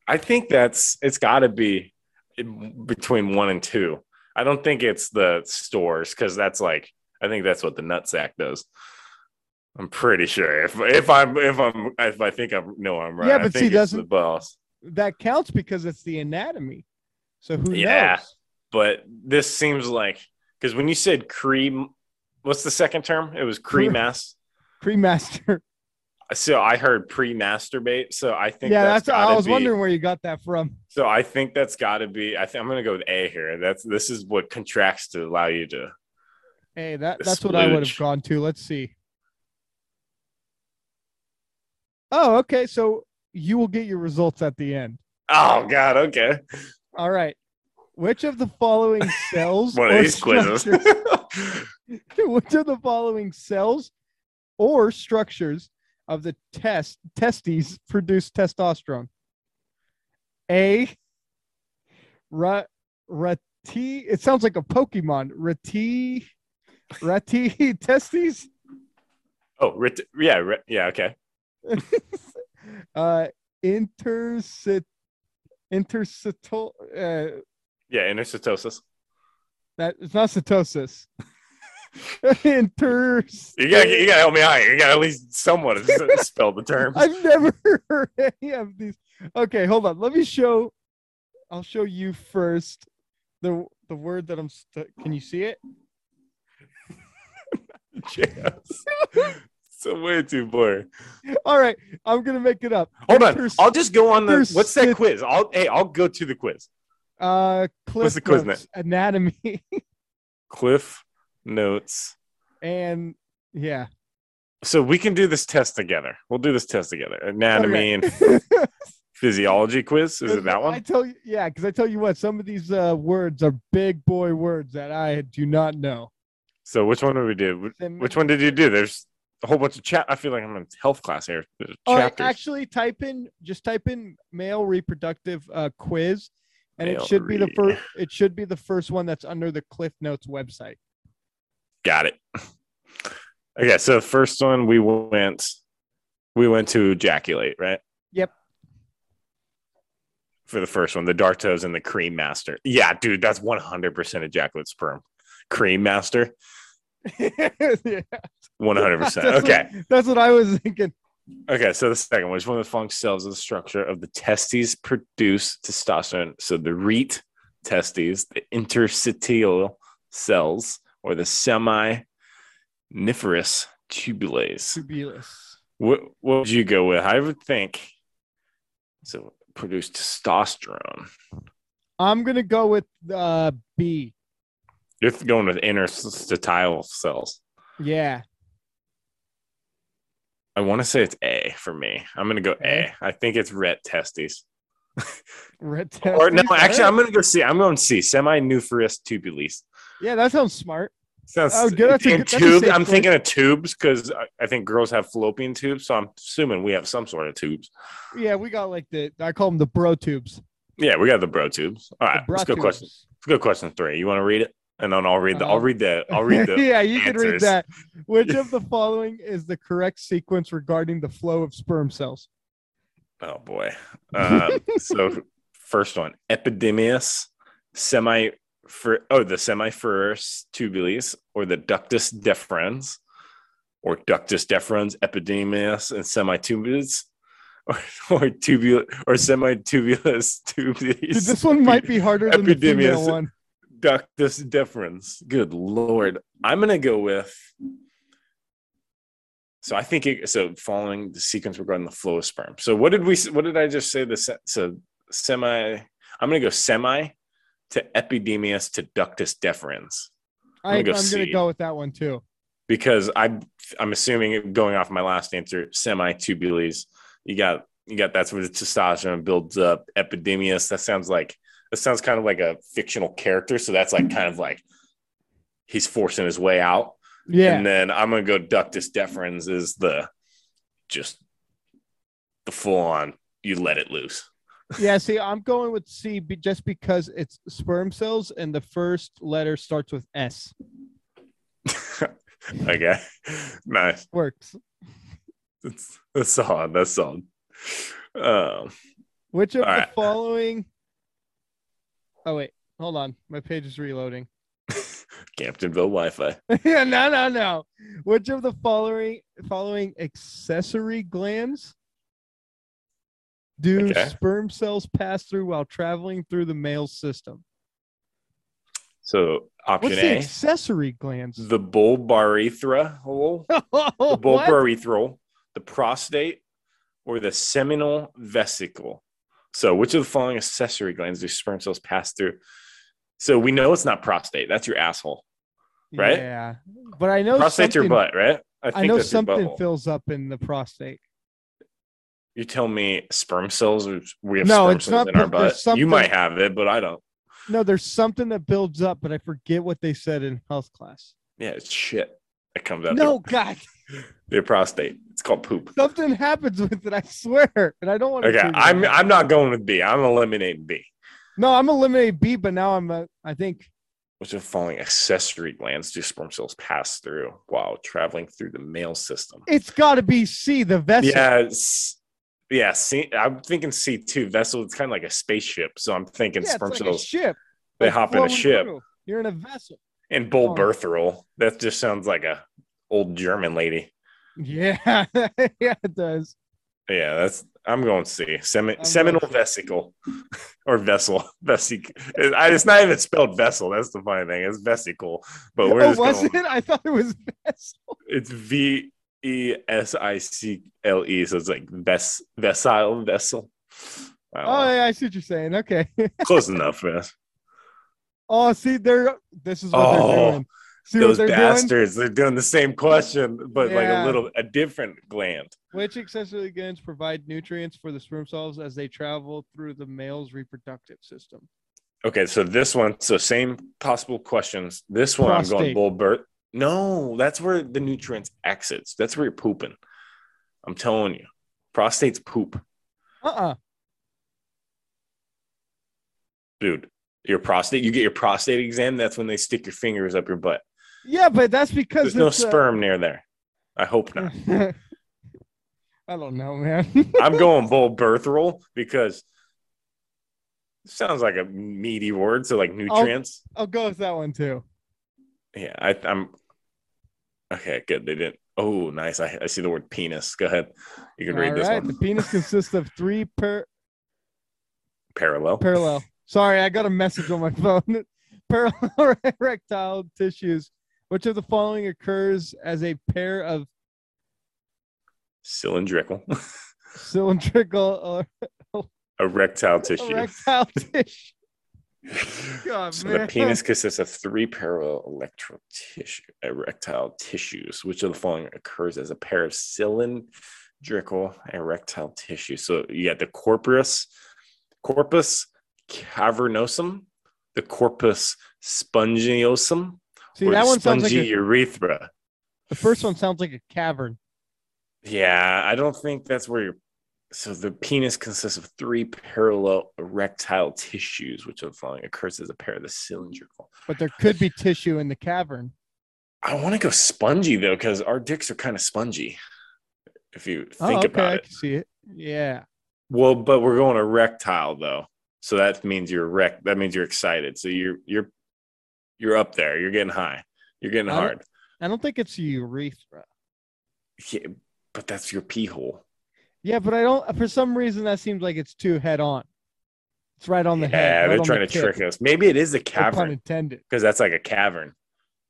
Speaker 1: I think that's it's got to be in- between one and two. I don't think it's the stores because that's like I think that's what the nutsack does. I'm pretty sure if if I'm if I'm if I think I know I'm right.
Speaker 2: Yeah,
Speaker 1: I
Speaker 2: but see,
Speaker 1: think it's the
Speaker 2: doesn't-
Speaker 1: balls.
Speaker 2: That counts because it's the anatomy. So who
Speaker 1: Yeah.
Speaker 2: knows?
Speaker 1: but this seems like because when you said cream, what's the second term? It was
Speaker 2: Cre-
Speaker 1: cremass.
Speaker 2: Cremaster.
Speaker 1: So I heard pre-masturbate. So I think
Speaker 2: Yeah, that's.
Speaker 1: gotta
Speaker 2: I was
Speaker 1: be-
Speaker 2: wondering where you got that from.
Speaker 1: So I think that's got to be. I think I'm gonna go with A here. That's this is what contracts to allow you to.
Speaker 2: Hey, that
Speaker 1: The
Speaker 2: that's what I would have
Speaker 1: splooge.
Speaker 2: gone to. Let's see. Oh, okay. So you will get your results at the end.
Speaker 1: Oh God, okay.
Speaker 2: All right. Which of the following cells
Speaker 1: One of
Speaker 2: or
Speaker 1: these quizzes.
Speaker 2: structures- Which of the following cells or structures of the test testes produce testosterone? A. Ra, rati. It sounds like a Pokemon. Rati. Rati testes.
Speaker 1: oh, ret- yeah, re- yeah, okay.
Speaker 2: Uh, intercit. Intercital. Uh,
Speaker 1: Yeah, intercytosis.
Speaker 2: that it's not cytosis. Interst.
Speaker 1: You gotta, you gotta help me out here. You gotta at least somewhat s- spell the term.
Speaker 2: I've never heard any of these. Okay, hold on. Let me show. I'll show you first the the word that I'm. St- Can you see it?
Speaker 1: Yes. so way too boring.
Speaker 2: All right, I'm gonna make it up.
Speaker 1: Hold on.
Speaker 2: Inters-
Speaker 1: I'll just go on the
Speaker 2: there's
Speaker 1: what's that
Speaker 2: sit-
Speaker 1: quiz? I'll hey, I'll go to the quiz.
Speaker 2: Uh, Cliff
Speaker 1: the quiz
Speaker 2: Notes, anatomy
Speaker 1: Cliff notes.
Speaker 2: and yeah.
Speaker 1: So we can do this test together. We'll do this test together. Anatomy
Speaker 2: Okay.
Speaker 1: and physiology quiz. Is it that
Speaker 2: I
Speaker 1: one?
Speaker 2: tell you, yeah, because I tell you what, some of these uh, words are big boy words that I do not know.
Speaker 1: So which one did we do?
Speaker 2: Then-
Speaker 1: Which one did you do? There's a whole bunch of chat. I feel like I'm in health class here. There's
Speaker 2: All right,
Speaker 1: chapters.
Speaker 2: actually, type in just type in male reproductive uh, quiz, and
Speaker 1: Male
Speaker 2: it should be the
Speaker 1: re-
Speaker 2: first. It should be the first one that's under the Cliff Notes website.
Speaker 1: Got it. Okay, so first one we went, we went to ejaculate, right?
Speaker 2: Yep.
Speaker 1: For the first one, the Dartos and the Cream Master. Yeah, dude, that's one hundred percent ejaculate sperm. Cream Master,
Speaker 2: Yeah,
Speaker 1: one hundred percent.
Speaker 2: That's
Speaker 1: Okay,
Speaker 2: what- that's what I was thinking.
Speaker 1: okay. So the second one is one of the funk cells of the structure of the testes produce testosterone. So the reet testes, the interstitial cells, or the seminiferous tubules.
Speaker 2: Tubulus.
Speaker 1: What what would you go with? I would think so produce testosterone.
Speaker 2: I'm gonna go with uh, B.
Speaker 1: You're going with interstitial cells.
Speaker 2: Yeah,
Speaker 1: I want to say it's A for me. I'm gonna go A.
Speaker 2: Okay.
Speaker 1: I think it's ret testes.
Speaker 2: red.
Speaker 1: Or no,
Speaker 2: testes.
Speaker 1: actually, I'm gonna go C. I'm going C. Seminiferous tubules.
Speaker 2: Yeah, that sounds smart.
Speaker 1: Sounds
Speaker 2: Oh, good. That's a
Speaker 1: and
Speaker 2: good- that's a
Speaker 1: tube.
Speaker 2: safe
Speaker 1: I'm
Speaker 2: choice.
Speaker 1: thinking of tubes because I, I think girls have fallopian tubes, so I'm assuming we have some sort of tubes.
Speaker 2: Yeah, we got like the I call them the bro tubes.
Speaker 1: Yeah, we got the bro tubes. All
Speaker 2: The
Speaker 1: right,
Speaker 2: bra
Speaker 1: let's go
Speaker 2: tubes.
Speaker 1: question. Let's go question three. You want to read it, and then I'll read the. I'll
Speaker 2: Um,
Speaker 1: read the. I'll read the.
Speaker 2: yeah, you can read
Speaker 1: answers.
Speaker 2: that. Which of the following is the correct sequence regarding the flow of sperm cells?
Speaker 1: Oh boy. Um, so first one, epidemis, semi for oh the semiferous tubules or the ductus deferens, or ductus deferens, epidemis, and semitubules, or or tubul or semitubulus
Speaker 2: Dude,
Speaker 1: tubules,
Speaker 2: this one might be harder than the female
Speaker 1: Epidemus.
Speaker 2: one.
Speaker 1: ductus deferens. Good lord, I'm gonna go with. So I think it, so. Following the sequence regarding the flow of sperm. So what did we? What did I just say? The se- so semi. I'm gonna go semi to epidemis to ductus deferens
Speaker 2: I,
Speaker 1: I'm gonna
Speaker 2: I'm
Speaker 1: go
Speaker 2: gonna
Speaker 1: C.
Speaker 2: go with that one too.
Speaker 1: because I I'm assuming going off my last answer semi tubules. You got you got that's where the testosterone builds up. Epidemis. That sounds like that sounds kind of like a fictional character. So that's like kind of like he's forcing his way out.
Speaker 2: Yeah,
Speaker 1: And then I'm gonna go ductus deferens is the just the full on you let it loose.
Speaker 2: yeah. See, I'm going with C be- just because it's sperm cells and the first letter starts with S.
Speaker 1: okay, nice.
Speaker 2: Works.
Speaker 1: That's, that's solid. That's solid. Um,
Speaker 2: Which of
Speaker 1: All
Speaker 2: the
Speaker 1: right.
Speaker 2: following? Oh wait, hold on. My page is reloading.
Speaker 1: Camptonville Wi-Fi.
Speaker 2: yeah, no, no, no. Which of the following following accessory glands do
Speaker 1: Okay.
Speaker 2: sperm cells pass through while traveling through the male system?
Speaker 1: So option
Speaker 2: What's the
Speaker 1: A,
Speaker 2: accessory glands?
Speaker 1: the bulbarethra hole, the
Speaker 2: What?
Speaker 1: bulbarethral, the prostate, or the seminal vesicle. So which of the following accessory glands do sperm cells pass through? So we know it's not prostate. That's your asshole. right?
Speaker 2: Yeah, but I know
Speaker 1: Prostate's your
Speaker 2: something-
Speaker 1: butt, right?
Speaker 2: I, know
Speaker 1: your
Speaker 2: something
Speaker 1: butthole.
Speaker 2: fills up in the prostate.
Speaker 1: you tell me sperm cells are we have
Speaker 2: No,
Speaker 1: sperm
Speaker 2: it's
Speaker 1: cells
Speaker 2: not,
Speaker 1: in our
Speaker 2: but there's
Speaker 1: butt. You
Speaker 2: something-
Speaker 1: might have it, but I don't.
Speaker 2: No, there's something that builds up, but I forget what they said in health class.
Speaker 1: Yeah, it's shit. It comes out
Speaker 2: No,
Speaker 1: no.
Speaker 2: God,
Speaker 1: your prostate. It's called poop.
Speaker 2: something happens with it. I swear, and I don't want to.
Speaker 1: Okay, I'm I'm not going with B. I'm eliminating B,
Speaker 2: No, I'm eliminating B, but now I'm. A, I think
Speaker 1: which of the following accessory glands do sperm cells pass through while traveling through the male system?
Speaker 2: it's got to be C, the vessel.
Speaker 1: Yeah, it's- yeah. C, I'm thinking C two vessel. It's kind of like a spaceship, so I'm thinking
Speaker 2: Yeah, it's
Speaker 1: sperm
Speaker 2: like a
Speaker 1: cells
Speaker 2: ship.
Speaker 1: they
Speaker 2: like
Speaker 1: hop in a
Speaker 2: flowing
Speaker 1: ship
Speaker 2: through. You're in a vessel.
Speaker 1: and
Speaker 2: Oh.
Speaker 1: bulberthral. That just sounds like a old German lady.
Speaker 2: Yeah, yeah, it does.
Speaker 1: Yeah, that's. I'm going C. Semin-
Speaker 2: going
Speaker 1: seminal
Speaker 2: C.
Speaker 1: vesicle or vessel. Vesic- I, it's not even spelled vessel. That's the funny thing. It's vesicle. But we're
Speaker 2: oh,
Speaker 1: just
Speaker 2: was
Speaker 1: going-
Speaker 2: it? I thought it was vessel.
Speaker 1: It's V E S I C L E. So it's like ves- vessel vessel. I don't
Speaker 2: Oh,
Speaker 1: know.
Speaker 2: yeah, I see what you're saying. Okay.
Speaker 1: Close enough, man.
Speaker 2: Oh, see, they're this is what
Speaker 1: Oh,
Speaker 2: they're doing. See
Speaker 1: Those
Speaker 2: what they're doing?
Speaker 1: bastards, they're doing the same question, but like
Speaker 2: Yeah.
Speaker 1: a little a different gland.
Speaker 2: Which accessory glands provide nutrients for the sperm cells as they travel through the male's reproductive system?
Speaker 1: Okay, so this one, so same possible questions. This one I'm
Speaker 2: Prostate.
Speaker 1: going Bulbert. No, that's where the nutrients exits. That's where you're pooping. I'm telling you. Prostate's poop.
Speaker 2: Uh-uh.
Speaker 1: Dude, your prostate, you get your prostate exam, that's when they stick your fingers up your butt.
Speaker 2: Yeah, but that's because
Speaker 1: There's no
Speaker 2: it's, uh,
Speaker 1: sperm near there. I hope not.
Speaker 2: I don't know, man.
Speaker 1: I'm going bull birthroll because it sounds like a meaty word. So
Speaker 2: Oh.
Speaker 1: like nutrients.
Speaker 2: I'll go with that one too.
Speaker 1: Yeah, I, I'm okay. Good, they didn't. Oh, nice. I, I see the word penis. Go ahead. You can read
Speaker 2: All
Speaker 1: this
Speaker 2: right,
Speaker 1: one.
Speaker 2: The penis consists of three per
Speaker 1: Parallel.
Speaker 2: parallel. Sorry, I got a message on my phone. parallel erectile tissues. Which of the following occurs as a pair of
Speaker 1: Cylindrical.
Speaker 2: cylindrical or
Speaker 1: Erectile tissue.
Speaker 2: erectile tissue? God,
Speaker 1: so the
Speaker 2: man.
Speaker 1: penis consists of three parallel electro tissue, erectile tissues, which of the following occurs as a pair of cylindrical erectile tissues. So you got the corpus, corpus cavernosum, the corpus spongiosum,
Speaker 2: See,
Speaker 1: or
Speaker 2: that
Speaker 1: the
Speaker 2: one sounds like
Speaker 1: spongy
Speaker 2: a,
Speaker 1: urethra.
Speaker 2: the first one sounds like a cavern.
Speaker 1: Yeah, I don't think that's where you're. So the penis consists of three parallel erectile tissues, which of the following occurs as a pair of the cylindrical.
Speaker 2: but there could be tissue in the cavern.
Speaker 1: I want to go spongy though, because our dicks are kind of spongy. If you think
Speaker 2: oh, okay,
Speaker 1: about
Speaker 2: I
Speaker 1: it.
Speaker 2: can see it. Yeah.
Speaker 1: Well, but we're going erectile though, so that means you're erect. That means you're excited. So you're you're you're up there. You're getting high. You're getting
Speaker 2: I don't-
Speaker 1: hard.
Speaker 2: I don't think it's a urethra.
Speaker 1: Yeah, but that's your pee hole.
Speaker 2: Yeah, but I don't. For some reason, that seems like it's too head on. It's right on the
Speaker 1: yeah,
Speaker 2: head.
Speaker 1: they're trying to trick us. Maybe it is a
Speaker 2: Pun
Speaker 1: cavern
Speaker 2: intended.
Speaker 1: because that's like a cavern.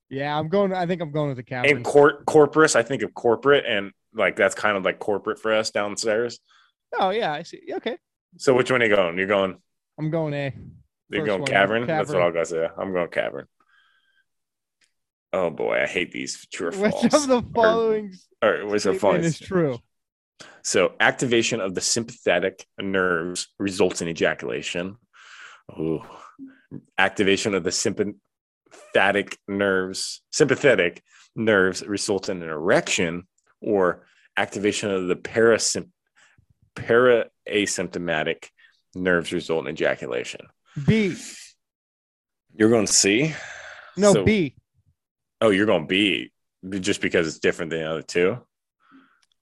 Speaker 2: Yeah, I'm going. I think I'm going with the cavern.
Speaker 1: And cor- corporate, I think of corporate, and like that's kind of like corporate for us downstairs.
Speaker 2: oh yeah, I see. Okay,
Speaker 1: So which one are you going? You're going.
Speaker 2: I'm going A.
Speaker 1: They're
Speaker 2: First
Speaker 1: going
Speaker 2: one,
Speaker 1: cavern. That's what
Speaker 2: cavern.
Speaker 1: I'll go say. I'm going cavern. Oh boy, I hate these true or
Speaker 2: Which
Speaker 1: false.
Speaker 2: of the following
Speaker 1: All right, what's the
Speaker 2: statement is
Speaker 1: false?
Speaker 2: true?
Speaker 1: So activation of the sympathetic nerves results in ejaculation. Ooh. Activation of the sympathetic nerves, sympathetic nerves results in an erection or activation of the parasymp- parasymptomatic nerves result in ejaculation.
Speaker 2: B.
Speaker 1: You're going to see.
Speaker 2: No
Speaker 1: So-
Speaker 2: B.
Speaker 1: Oh, you're going to be just because it's different than the other two.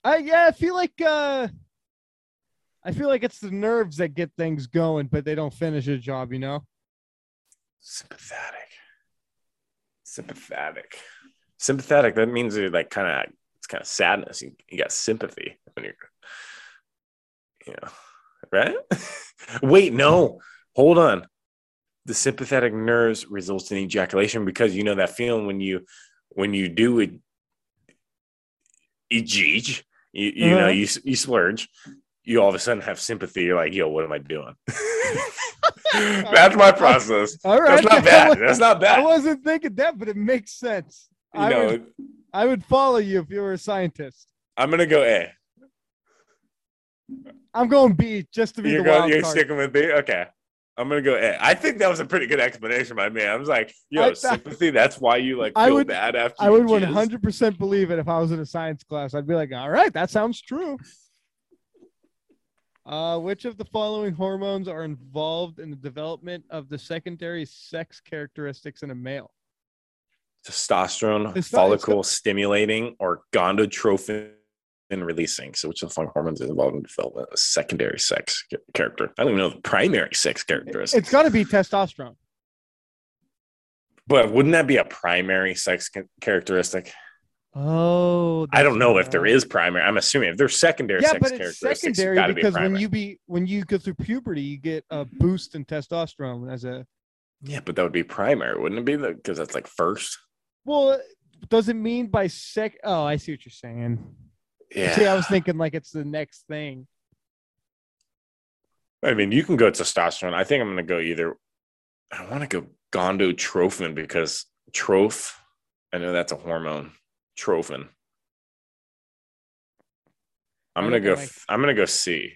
Speaker 2: I yeah, I feel like uh, I feel like it's the nerves that get things going, but they don't finish a job. You know.
Speaker 1: Sympathetic. Sympathetic. Sympathetic. That means you're like kind of it's kind of sadness. You, you got sympathy when you're, you know, right? Wait, no. Hold on. The sympathetic nerves results in ejaculation because you know that feeling when you when you do it, ejeg. You, you know
Speaker 2: Uh-huh.
Speaker 1: you s- you splurge. You all of a sudden have sympathy. You're like, yo, what am I doing? That's my process.
Speaker 2: All right.
Speaker 1: That's not bad. That's not
Speaker 2: I
Speaker 1: bad.
Speaker 2: wasn't thinking that, but it makes sense.
Speaker 1: You
Speaker 2: I,
Speaker 1: know,
Speaker 2: would, I would follow you if you were a scientist.
Speaker 1: I'm gonna go eh. A.
Speaker 2: I'm going B just to be
Speaker 1: You're
Speaker 2: the
Speaker 1: going,
Speaker 2: wild
Speaker 1: you're
Speaker 2: card.
Speaker 1: sticking with B. Okay, I'm gonna go A. I think that was a pretty good explanation by me. I was like, yo,
Speaker 2: I thought-
Speaker 1: sympathy. That's why you like feel
Speaker 2: I would-
Speaker 1: bad after.
Speaker 2: I would
Speaker 1: you jizz.
Speaker 2: 100% believe it if I was in a science class. I'd be like, all right, that sounds true. Uh, which of the following hormones are involved in the development of the secondary sex characteristics in a male?
Speaker 1: Testosterone,
Speaker 2: It's not- it's
Speaker 1: follicle stimulating, or gondotrophin releasing. So, which of the following hormones is involved in development of secondary sex ca- character? I don't even know the primary sex characteristic,
Speaker 2: It's got to be testosterone.
Speaker 1: but wouldn't that be a primary sex ca- characteristic?
Speaker 2: Oh,
Speaker 1: I don't know if there is primary. I'm assuming if there's secondary
Speaker 2: yeah,
Speaker 1: sex
Speaker 2: but it's
Speaker 1: characteristics, it's
Speaker 2: secondary
Speaker 1: gotta be
Speaker 2: because when
Speaker 1: primary.
Speaker 2: you be when you go through puberty, you get a boost in testosterone as a
Speaker 1: Yeah, but that would be primary, wouldn't it be? Because that's like first.
Speaker 2: well. Does it mean by sec? Oh, I see what you're saying.
Speaker 1: Yeah.
Speaker 2: See, I was thinking like it's the next thing.
Speaker 1: I mean, you can go testosterone. I think I'm going to go either. I want to go gondotrophin because troph, I know that's a hormone. Trophin. I'm
Speaker 2: I
Speaker 1: gonna
Speaker 2: don't
Speaker 1: go.
Speaker 2: like-
Speaker 1: f- I'm gonna go C.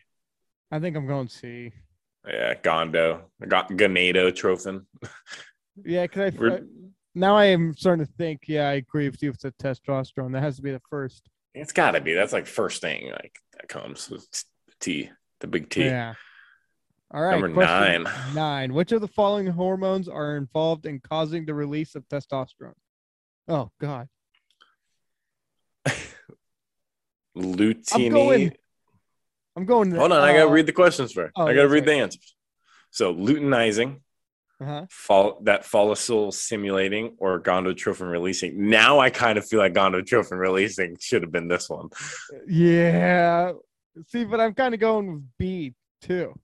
Speaker 2: I think I'm going C.
Speaker 1: Yeah, gondo, Go- gonadotrophin.
Speaker 2: Yeah, because I
Speaker 1: We're-
Speaker 2: now I am starting to think. Yeah, I agree with you. It's the testosterone that has to be the first.
Speaker 1: It's got to be. That's like first thing like that comes with T, the big T.
Speaker 2: Yeah. All right.
Speaker 1: Number
Speaker 2: question
Speaker 1: nine.
Speaker 2: Nine. Which of the following hormones are involved in causing the release of testosterone? Oh God.
Speaker 1: Lutini.
Speaker 2: going- I'm going.
Speaker 1: Hold on, I
Speaker 2: uh,
Speaker 1: gotta read the questions first.
Speaker 2: oh,
Speaker 1: I gotta
Speaker 2: yeah,
Speaker 1: read
Speaker 2: sorry.
Speaker 1: the answers. So luteinizing,
Speaker 2: uh-huh.
Speaker 1: fol- that follicle simulating or gondotrophin releasing. Now I kind of feel like gondotrophin releasing should have been this one.
Speaker 2: Yeah. See, but I'm kind of going with B too.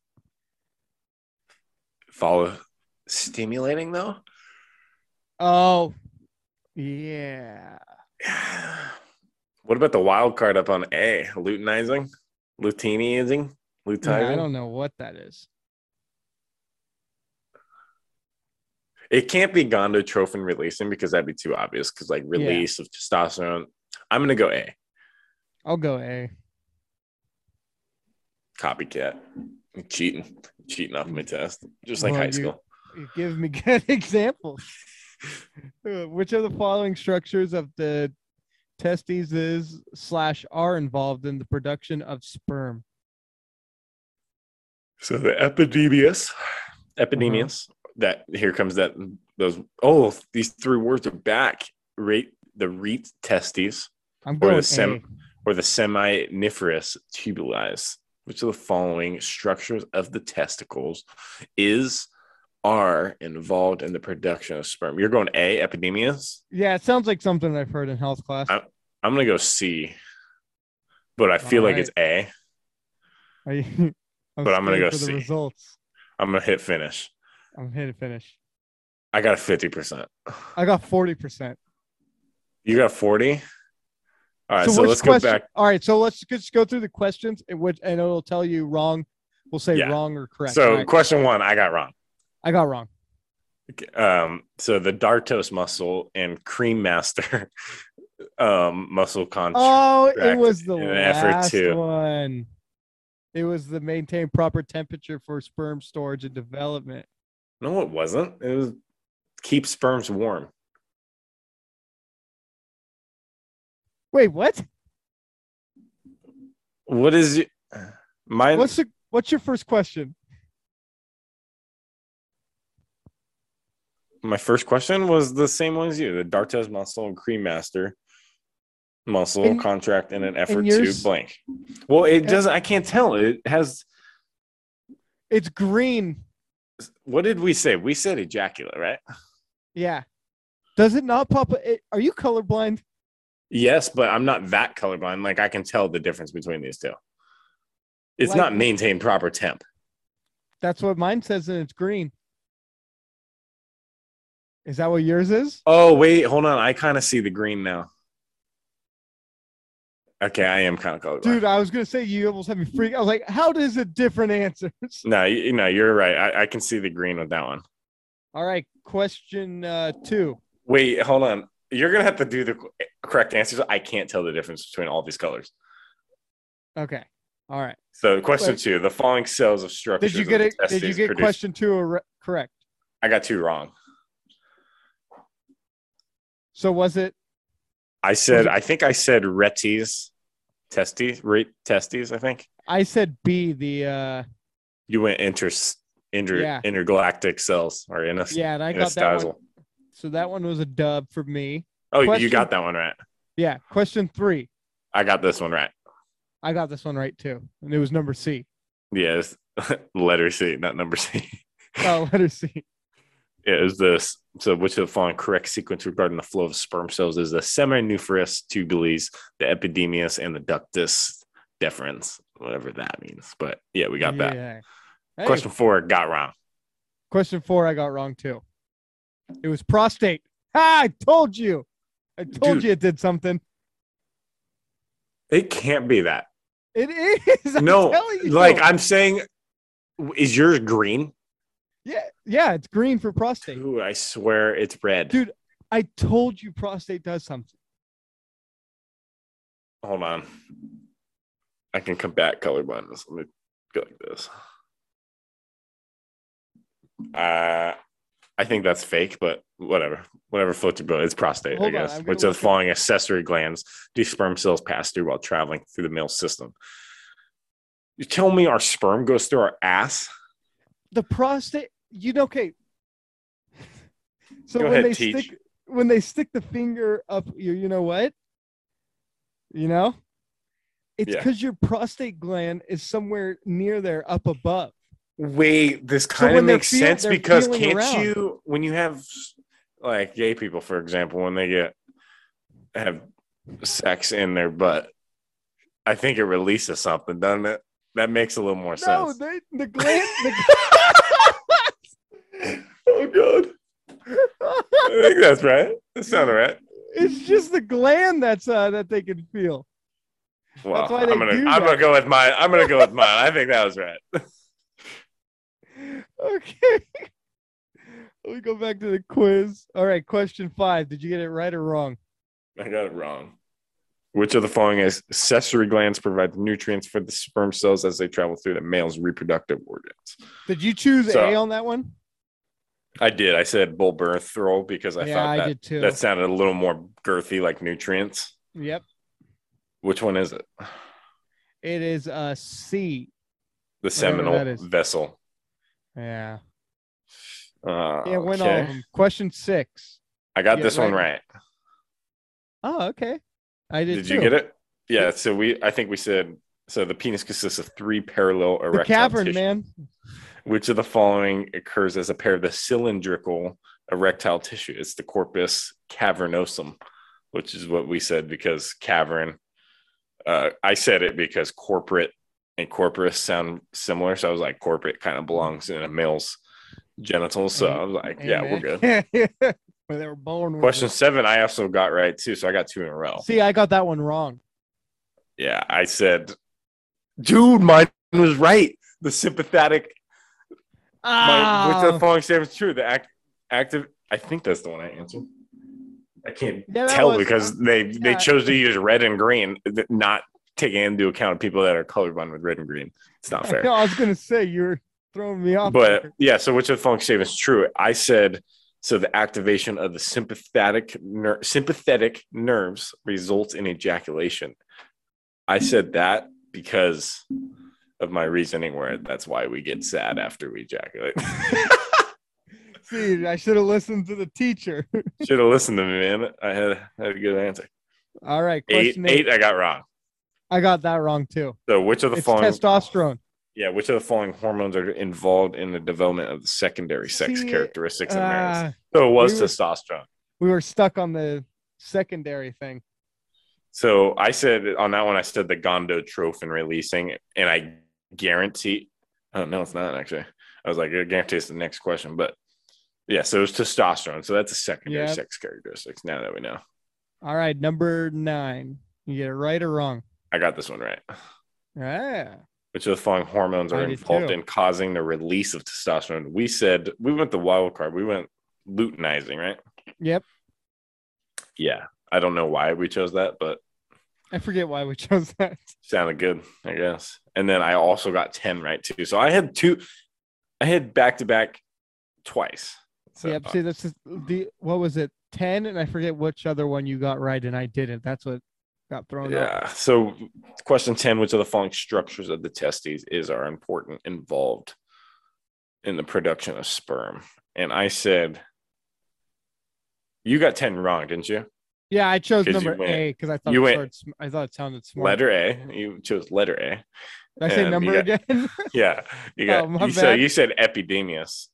Speaker 1: Follow stimulating though.
Speaker 2: Oh, yeah.
Speaker 1: What about the wild card up on A? Luteinizing, luteinizing,
Speaker 2: Yeah, I
Speaker 1: luteinizing.
Speaker 2: don't know what that is.
Speaker 1: it can't be gondotrophin releasing because that'd be too obvious. Because like release of testosterone. I'm gonna go A.
Speaker 2: I'll go A.
Speaker 1: Copycat. I'm cheating. cheating off my test. Just like
Speaker 2: Mm. Well,
Speaker 1: high
Speaker 2: you-
Speaker 1: school.
Speaker 2: You give me good examples. Uh, Which of the following structures of the testes is slash are involved in the production of sperm?
Speaker 1: So the epidemius, epidemius.
Speaker 2: Mm-hmm.
Speaker 1: That here comes that those. Oh, these three words are back. Rate the reet testes
Speaker 2: I'm
Speaker 1: the
Speaker 2: going
Speaker 1: sem- or the seminiferous tubulize. Which of the following structures of the testicles is are involved in the production of sperm? You're going A, epidemius.
Speaker 2: A. Yeah, it sounds like something I've heard in health class.
Speaker 1: I- I'm gonna go C, but I feel like
Speaker 2: Alright.
Speaker 1: it's A.
Speaker 2: Are you- I'm
Speaker 1: But I'm gonna go
Speaker 2: scared for the
Speaker 1: C.
Speaker 2: results.
Speaker 1: I'm gonna hit finish.
Speaker 2: I'm hitting finish.
Speaker 1: I got a fifty percent.
Speaker 2: I got forty percent.
Speaker 1: You got 40? All right, so, let's go back.
Speaker 2: All right, so let's just go through the questions, and which and it'll tell you wrong. We'll say
Speaker 1: Yeah.
Speaker 2: wrong or correct.
Speaker 1: So,
Speaker 2: All right,
Speaker 1: question one, I got wrong.
Speaker 2: I got wrong.
Speaker 1: Um, so the dartos muscle and cream master um, muscle contract.
Speaker 2: Oh, it
Speaker 1: correct
Speaker 2: was the
Speaker 1: in an effort
Speaker 2: last
Speaker 1: to-
Speaker 2: one. It was the maintain proper temperature for sperm storage and development.
Speaker 1: no, it wasn't. It was keep sperms warm.
Speaker 2: Wait, what?
Speaker 1: What is your, mine?
Speaker 2: What's the what's your first question?
Speaker 1: my first question was the same one as you the dartos muscle and cream master muscle
Speaker 2: And-
Speaker 1: contract in an effort to
Speaker 2: yours- Uh,
Speaker 1: blank. Well, it doesn't, I can't tell. It has,
Speaker 2: It's green.
Speaker 1: what did we say? We said ejaculate, right?
Speaker 2: Yeah. Does it not pop? It, are you colorblind?
Speaker 1: Yes, but I'm not that colorblind. Like I can tell the difference between these two. It's
Speaker 2: Like-
Speaker 1: not maintain proper temp.
Speaker 2: That's what mine says, and it's green. Is that what yours is?
Speaker 1: Oh wait, hold on. I kind of see the green now. Okay, I am kind of colorblind.
Speaker 2: Dude, I was gonna say you almost had me freak. I was like, how does it different answers?
Speaker 1: no, you, no, you're right. I, I can see the green with that one.
Speaker 2: All right, question uh, two.
Speaker 1: Wait, hold on. You're gonna have to do the qu- correct answers. I can't tell the difference between all these colors.
Speaker 2: Okay, all right.
Speaker 1: So, question
Speaker 2: Wait.
Speaker 1: two: the following cells of structure.
Speaker 2: Did you get it? Did you get question two or correct?
Speaker 1: I got two wrong.
Speaker 2: So was it?
Speaker 1: I said.
Speaker 2: it-
Speaker 1: I think I said retes, testes, rate testes. I think.
Speaker 2: I said B. The uh,
Speaker 1: You went inter, inter
Speaker 2: Yeah.
Speaker 1: intergalactic cells or in a,
Speaker 2: yeah, and I
Speaker 1: in
Speaker 2: got that one.
Speaker 1: stasel.
Speaker 2: So that one was a dub for me.
Speaker 1: Oh, you
Speaker 2: Question-
Speaker 1: got that one right.
Speaker 2: Yeah. Question three.
Speaker 1: I got this one right.
Speaker 2: I got this one right too, and it was number C.
Speaker 1: Yes, letter C, not number C.
Speaker 2: Oh, letter C.
Speaker 1: It is this. So, which of the following correct sequence regarding the flow of sperm cells is the seminiferous tubules, the epidemis, and the ductus deferens, whatever that means. But yeah, we got that.
Speaker 2: Yeah. Hey,
Speaker 1: Question four got wrong.
Speaker 2: Question four, I got wrong too. It was prostate. Ha! I told you. I told
Speaker 1: Dude.
Speaker 2: you it did something.
Speaker 1: It can't be that.
Speaker 2: It is. I'm
Speaker 1: No,
Speaker 2: telling you.
Speaker 1: like I'm saying, is yours green?
Speaker 2: yeah, yeah, it's green for prostate.
Speaker 1: Ooh, I swear it's red.
Speaker 2: Dude. I told you prostate does something.
Speaker 1: Hold on. I can combat color blindness. Let me go like this. Uh, I think that's fake, but whatever. Whatever floats your boat. It's prostate,
Speaker 2: Hold
Speaker 1: I
Speaker 2: on,
Speaker 1: guess.
Speaker 2: I'm gonna
Speaker 1: Which of
Speaker 2: look
Speaker 1: the
Speaker 2: it-
Speaker 1: following accessory glands do sperm cells pass through while traveling through the male system? You tell me our sperm goes through our ass?
Speaker 2: The prostate, you know, okay. So
Speaker 1: Go
Speaker 2: when
Speaker 1: ahead,
Speaker 2: they
Speaker 1: teach.
Speaker 2: stick when they stick the finger up your you know what? You know? It's
Speaker 1: Yeah.
Speaker 2: because your prostate gland is somewhere near there, up above.
Speaker 1: Wait, this kind of
Speaker 2: when they're
Speaker 1: makes
Speaker 2: feel-
Speaker 1: sense
Speaker 2: they're
Speaker 1: because
Speaker 2: feeling
Speaker 1: can't
Speaker 2: around.
Speaker 1: you when you have like gay people, for example, when they get have sex in their butt, I think it releases something, doesn't it? That makes a little more
Speaker 2: No,
Speaker 1: sense.
Speaker 2: they, the gland.
Speaker 1: oh god.
Speaker 2: The,
Speaker 1: I think that's right. That sounded right.
Speaker 2: it's just the gland that's uh, that they can feel.
Speaker 1: Well,
Speaker 2: why they
Speaker 1: I'm gonna
Speaker 2: do
Speaker 1: I'm gonna
Speaker 2: that.
Speaker 1: go with mine. I'm gonna go with mine. I think that was right.
Speaker 2: Okay. Let me go back to the quiz. All right, question five. Did you get it right or wrong?
Speaker 1: I got it wrong. Which of the following is accessory glands provide the nutrients for the sperm cells as they travel through the male's reproductive organs?
Speaker 2: Did you choose
Speaker 1: So-
Speaker 2: A on that one?
Speaker 1: I did. I said bull birthrow because I
Speaker 2: yeah,
Speaker 1: thought
Speaker 2: I
Speaker 1: that,
Speaker 2: did too.
Speaker 1: that sounded a little more girthy, like nutrients.
Speaker 2: Yep.
Speaker 1: Which one is it?
Speaker 2: It is uh C.
Speaker 1: The
Speaker 2: that
Speaker 1: seminal
Speaker 2: is.
Speaker 1: vessel.
Speaker 2: Yeah.
Speaker 1: Uh,
Speaker 2: Yeah, it went all
Speaker 1: okay.
Speaker 2: of them. Question six.
Speaker 1: I got
Speaker 2: Yeah,
Speaker 1: this one
Speaker 2: right.
Speaker 1: right.
Speaker 2: Oh, okay. I did.
Speaker 1: Did, you
Speaker 2: too.
Speaker 1: get it? Yeah. So we, I think we said, so the penis consists of three parallel
Speaker 2: The
Speaker 1: erectile
Speaker 2: cavern,
Speaker 1: tissues.
Speaker 2: man.
Speaker 1: Which of the following occurs as a pair of the cylindrical erectile tissue? It's the corpus cavernosum, which is what we said because cavern. Uh, I said it because corporate and corporus sound similar. So I was like, corporate kind of belongs in a male's genitals. So I was like, yeah, we're good.
Speaker 2: good. they were born. with
Speaker 1: Question
Speaker 2: it.
Speaker 1: seven, I also got right too. So I got two in a row.
Speaker 2: See, I got that one wrong.
Speaker 1: Yeah, I said, dude, mine was right. The sympathetic My, which of
Speaker 2: Ah.
Speaker 1: the following statements is true? The act, active. I think that's the one I answered. I can't
Speaker 2: Yeah, that
Speaker 1: tell
Speaker 2: was-
Speaker 1: because they they
Speaker 2: yeah.
Speaker 1: chose to use red and green, th- not taking into account people that are colorblind with red and green. It's not fair.
Speaker 2: No, I was gonna say you were throwing me off.
Speaker 1: but
Speaker 2: there.
Speaker 1: yeah, so which of the following statements is true? I said so. The activation of the sympathetic ner- sympathetic nerves results in ejaculation. I said that because of my reasoning, where that's why we get sad after we ejaculate.
Speaker 2: see, I should have listened to the teacher.
Speaker 1: Should have listened to me, man. I had, had a good answer.
Speaker 2: All right,
Speaker 1: Eight,
Speaker 2: question
Speaker 1: eight, I got wrong.
Speaker 2: I got that wrong too.
Speaker 1: So, which of the
Speaker 2: It's
Speaker 1: following?
Speaker 2: testosterone.
Speaker 1: Yeah, which of the following hormones are involved in the development of the secondary sex
Speaker 2: See,
Speaker 1: characteristics of marriage?
Speaker 2: Ah,
Speaker 1: So it was
Speaker 2: we were-
Speaker 1: testosterone.
Speaker 2: we were stuck on the secondary thing.
Speaker 1: So I said on that one, I said the gondotrophin releasing, and I guarantee. Oh no, it's not actually. I was like, I guarantee it's the next question, but yeah. So it's testosterone. So that's a secondary
Speaker 2: Yep.
Speaker 1: sex characteristics. Now that we know,
Speaker 2: All right, number nine. You get it right or wrong? Ah,
Speaker 1: I got this one right.
Speaker 2: Yeah.
Speaker 1: which of the following hormones
Speaker 2: I
Speaker 1: are
Speaker 2: did
Speaker 1: involved
Speaker 2: too.
Speaker 1: in causing the release of testosterone? We said we went the wild card. We went luteinizing, right?
Speaker 2: Yep.
Speaker 1: Yeah. I don't know why we chose that, but
Speaker 2: I forget why we chose that.
Speaker 1: sounded good, I guess. And then I also got 10 right too. So I had two I had back to back twice. So
Speaker 2: yep. See, this is the what was it? Ten, and I forget which other one you got right, and I didn't. That's what got thrown out.
Speaker 1: yeah. So question 10, which of the following structures of the testes is are important involved in the production of sperm? And I said you got 10 wrong, didn't you?
Speaker 2: Yeah, I chose
Speaker 1: 'Cause you
Speaker 2: number
Speaker 1: went-
Speaker 2: A because I thought
Speaker 1: you
Speaker 2: it
Speaker 1: went-
Speaker 2: started sm- I thought it sounded smart.
Speaker 1: Letter A. You chose letter A.
Speaker 2: Did I say
Speaker 1: and
Speaker 2: number
Speaker 1: you
Speaker 2: again?
Speaker 1: Yeah. You got
Speaker 2: Oh, my
Speaker 1: you
Speaker 2: bad.
Speaker 1: said you said epidemius,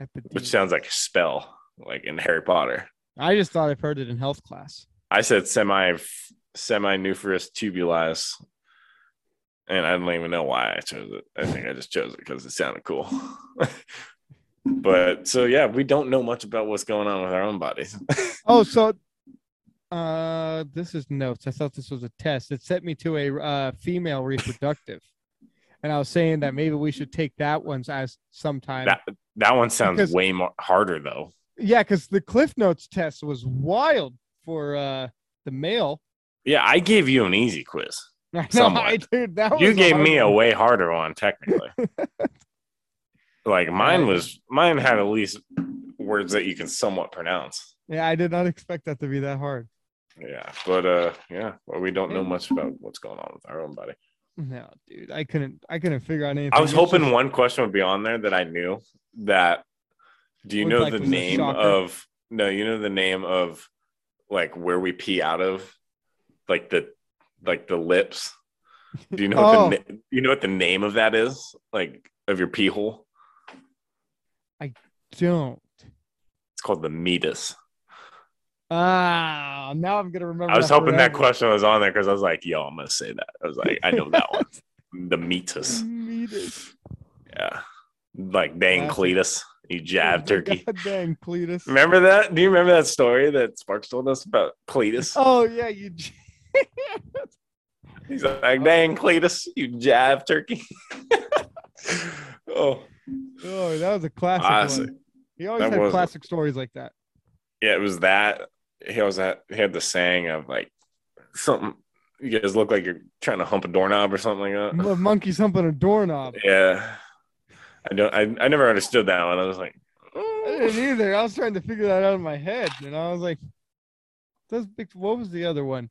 Speaker 1: which
Speaker 2: Epidemic.
Speaker 1: sounds like a spell, like in Harry Potter.
Speaker 2: I just thought I've heard it in health class.
Speaker 1: I said semi seminuferous tubulis. And I don't even know why I chose it. I think I just chose it because it sounded cool. but so yeah, we don't know much about what's going on with our own bodies.
Speaker 2: Oh, so uh this is notes. I thought this was a test. It sent me to a uh, female reproductive. and I was saying that maybe we should take that one as sometime.
Speaker 1: That- That one sounds
Speaker 2: Because-
Speaker 1: way more harder though.
Speaker 2: yeah, cuz the Cliff Notes test was wild for uh the male.
Speaker 1: Yeah, I gave you an easy quiz.
Speaker 2: I know,
Speaker 1: Somewhat.
Speaker 2: I dude, that
Speaker 1: You
Speaker 2: was
Speaker 1: gave
Speaker 2: hard
Speaker 1: me a
Speaker 2: one.
Speaker 1: way harder one, technically. like mine
Speaker 2: Yeah.
Speaker 1: was mine had at least words that you can somewhat pronounce.
Speaker 2: Yeah, I did not expect that to be that hard.
Speaker 1: Yeah, but uh, yeah, well, we don't know much about what's going on with our own body.
Speaker 2: No, dude, I couldn't I couldn't figure out anything.
Speaker 1: I was
Speaker 2: It's
Speaker 1: hoping
Speaker 2: just-
Speaker 1: one question would be on there that I knew. That do you
Speaker 2: Would,
Speaker 1: know
Speaker 2: like,
Speaker 1: the
Speaker 2: was a
Speaker 1: name
Speaker 2: shocker.
Speaker 1: of? No, you know the name of like where we pee out of, like the like the lips. Do you know what
Speaker 2: Oh.
Speaker 1: the na- you know what the name of that is? Like of your pee hole?
Speaker 2: Don't.
Speaker 1: It's called the meatus.
Speaker 2: Ah, now I'm gonna remember.
Speaker 1: I was hoping that
Speaker 2: forever.
Speaker 1: question was on there because I was like, yo, I'm gonna say that. I was like, I know that one. The
Speaker 2: Mm.
Speaker 1: meatus.
Speaker 2: Meatus.
Speaker 1: Yeah. Like dang
Speaker 2: Classic.
Speaker 1: Cletus, you jab turkey.
Speaker 2: God dang, Cletus.
Speaker 1: Remember that? Do you remember that story that Sparks told us about Cletus?
Speaker 2: Oh yeah, you. j-
Speaker 1: He's like, dang Cletus, you jab turkey. oh,
Speaker 2: Oh, that was a classic.
Speaker 1: classic.
Speaker 2: One. He always
Speaker 1: That
Speaker 2: had
Speaker 1: was-
Speaker 2: classic stories like that.
Speaker 1: yeah, it was that. He was that he had the saying of like something you guys look like you're trying to hump a doorknob or something like that.
Speaker 2: Mo- Monkeys humping a doorknob.
Speaker 1: Yeah. I don't I, I never understood that one. I was like, "Mm,
Speaker 2: I didn't either. I was trying to figure that out in my head, and I was like, "Those big." What was the other one?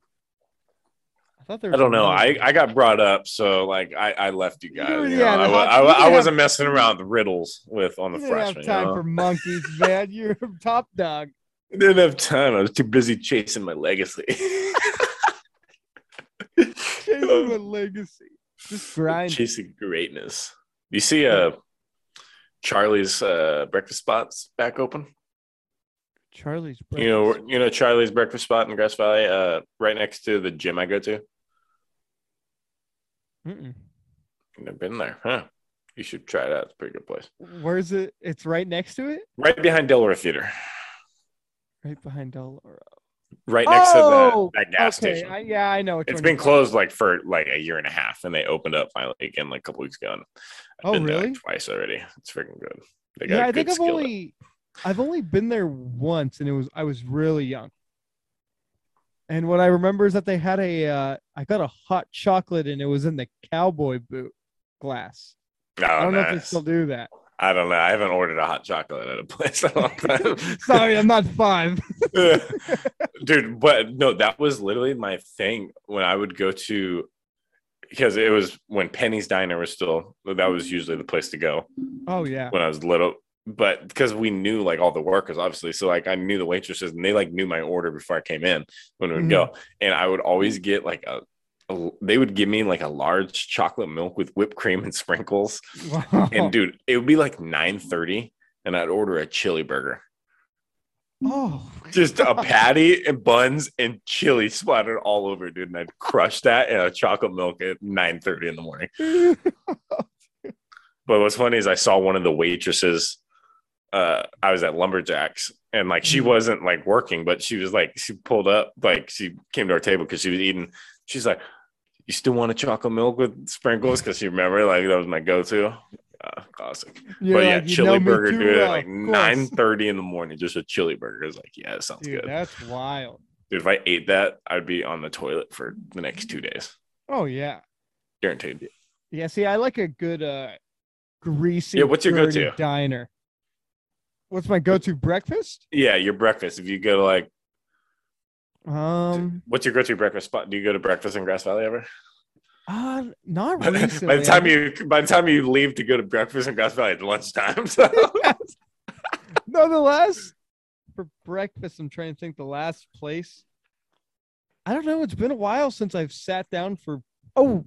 Speaker 2: I thought there.
Speaker 1: I
Speaker 2: was
Speaker 1: don't know.
Speaker 2: another
Speaker 1: I,
Speaker 2: one.
Speaker 1: I got brought up, so like I, I left you guys.
Speaker 2: You-
Speaker 1: you
Speaker 2: yeah,
Speaker 1: know? I,
Speaker 2: the
Speaker 1: wa-
Speaker 2: hot-
Speaker 1: I,
Speaker 2: you
Speaker 1: wa-
Speaker 2: didn't
Speaker 1: I
Speaker 2: have-
Speaker 1: wasn't messing around with riddles with on
Speaker 2: You
Speaker 1: the
Speaker 2: didn't
Speaker 1: freshman.
Speaker 2: have
Speaker 1: you
Speaker 2: time
Speaker 1: know?
Speaker 2: for monkeys, man. You're a top dog.
Speaker 1: I didn't have time. I was too busy chasing my legacy.
Speaker 2: Chasing my legacy. Just grind.
Speaker 1: chasing greatness. You see, uh, Charlie's uh, breakfast spots back open.
Speaker 2: Charlie's.
Speaker 1: You know,
Speaker 2: breakfast.
Speaker 1: where- you know Charlie's breakfast spot in Grass Valley, uh, right next to the gym I go to.
Speaker 2: Mm-mm.
Speaker 1: You've never been there, huh? You should try it out. It's a pretty good place.
Speaker 2: Where's it? It's right next to it,
Speaker 1: Right behind Delaware Theater.
Speaker 2: right behind Dollar.
Speaker 1: Right next to
Speaker 2: Oh,
Speaker 1: the, that gas
Speaker 2: okay,
Speaker 1: station.
Speaker 2: I, yeah, I know. which
Speaker 1: it's
Speaker 2: one
Speaker 1: been
Speaker 2: you're talking
Speaker 1: closed like for like a year and a half, and they opened up finally again like a couple weeks ago. And I've
Speaker 2: Oh,
Speaker 1: been there, like,
Speaker 2: really?
Speaker 1: twice already. It's freaking good. They
Speaker 2: about.
Speaker 1: got
Speaker 2: Yeah,
Speaker 1: a
Speaker 2: I
Speaker 1: good
Speaker 2: think I've
Speaker 1: skillet.
Speaker 2: only, I've only been there once, and it was I was really young. And what I remember is that they had a, uh, I got a hot chocolate, and it was in the cowboy boot glass.
Speaker 1: Oh,
Speaker 2: I don't know if they
Speaker 1: nice.
Speaker 2: still do that.
Speaker 1: I don't know. I haven't ordered a hot chocolate at a place in a long time.
Speaker 2: Sorry, I'm not five.
Speaker 1: Dude, but no, that was literally my thing when I would go to because it was when Penny's Diner was still that was
Speaker 2: Mm-hmm.
Speaker 1: usually the place to go
Speaker 2: Oh yeah.
Speaker 1: when I was little. But because we knew like all the workers, obviously, so like I knew the waitresses and they like knew my order before I came in when we would go, and I would always get like a, a- they would give me like a large chocolate milk with whipped cream and sprinkles,
Speaker 2: Wow.
Speaker 1: and dude, it would be like nine thirty, and I'd order a chili burger,
Speaker 2: oh,
Speaker 1: just a patty and buns and chili splattered all over, dude, and I'd crush that in a chocolate milk at nine thirty in the morning. But what's funny is I saw one of the waitresses. Uh, I was at Lumberjacks, and like she
Speaker 2: Mhm.
Speaker 1: wasn't like working, but she was like she pulled up, like she came to our table because she was eating. She's like, "You still want a chocolate milk with sprinkles?" Because she remember like that was my go-to. Uh, classic.
Speaker 2: You're
Speaker 1: but yeah,
Speaker 2: like, you know
Speaker 1: chili
Speaker 2: me
Speaker 1: burger,
Speaker 2: too
Speaker 1: dude.
Speaker 2: well,
Speaker 1: at like
Speaker 2: of course.
Speaker 1: nine thirty in the morning, just a chili burger is like, yeah, that sounds
Speaker 2: Dude,
Speaker 1: good.
Speaker 2: that's wild.
Speaker 1: dude, if I ate that, I'd be on the toilet for the next two days,
Speaker 2: Oh yeah.
Speaker 1: guaranteed.
Speaker 2: Yeah, see, I like a good uh greasy.
Speaker 1: Yeah, what's your
Speaker 2: dirty
Speaker 1: go-to?
Speaker 2: diner? What's my go-to breakfast?
Speaker 1: Yeah, your breakfast. If you go to like
Speaker 2: Um,
Speaker 1: What's your go-to breakfast spot? Do you go to breakfast in Grass Valley ever?
Speaker 2: uh, not
Speaker 1: By the,
Speaker 2: recently.
Speaker 1: by the time
Speaker 2: I-
Speaker 1: you by the time you leave to go to breakfast in Grass Valley, it's lunchtime. So
Speaker 2: nonetheless, for breakfast, I'm trying to think the last place. I don't know. It's been a while since I've sat down for. Oh,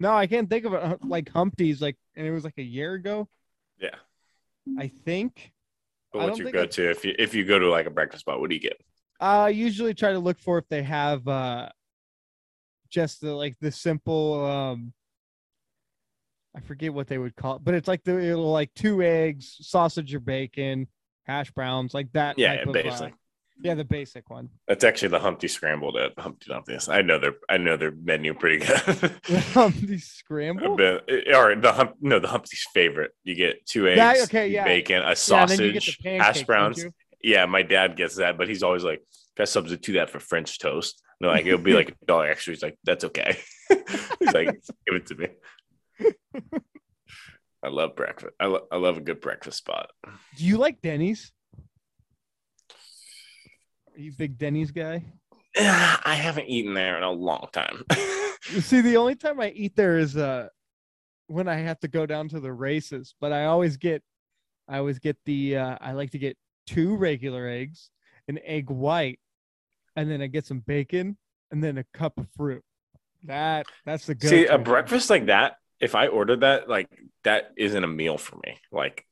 Speaker 2: no, I can't think of it. Uh, Like Humpty's, like, and it was like a year ago,
Speaker 1: yeah.
Speaker 2: I think.
Speaker 1: But
Speaker 2: I
Speaker 1: what's
Speaker 2: don't
Speaker 1: your
Speaker 2: think I-
Speaker 1: go-to if you if you go to like a breakfast spot? What do you get?
Speaker 2: I usually try to look for if they have uh just the like the simple um I forget what they would call it, but it's like the it'll like two eggs, sausage or bacon, hash browns, like that.
Speaker 1: Yeah,
Speaker 2: type of, uh,
Speaker 1: basically.
Speaker 2: yeah, the basic one.
Speaker 1: That's actually the Humpty scrambled at Humpty Dumpty's. I know their I know their menu pretty good.
Speaker 2: um, the scramble.
Speaker 1: but, or the hump no the Humpty's favorite. You get two eggs,
Speaker 2: That- okay, yeah.
Speaker 1: bacon, a
Speaker 2: Yeah, and then you get
Speaker 1: sausage,
Speaker 2: the pancake,
Speaker 1: hash
Speaker 2: don't
Speaker 1: browns,
Speaker 2: you?
Speaker 1: Yeah, my dad gets that, but he's always like, "Can I substitute that for French toast?" And they're like, "It'll be like a dollar extra." He's like, "That's okay." he's like, "Give it to me." I love breakfast. I, lo- I love a good breakfast spot.
Speaker 2: Do you like Denny's? Are you a big Denny's guy?
Speaker 1: I haven't eaten there in a long time.
Speaker 2: You See, the only time I eat there is uh when I have to go down to the races, but I always get I always get the uh I like to get two regular eggs, an egg white, and then I get some bacon and then a cup of fruit. That that's the good.
Speaker 1: See, a breakfast like that, if I ordered that, like that isn't a meal for me. Like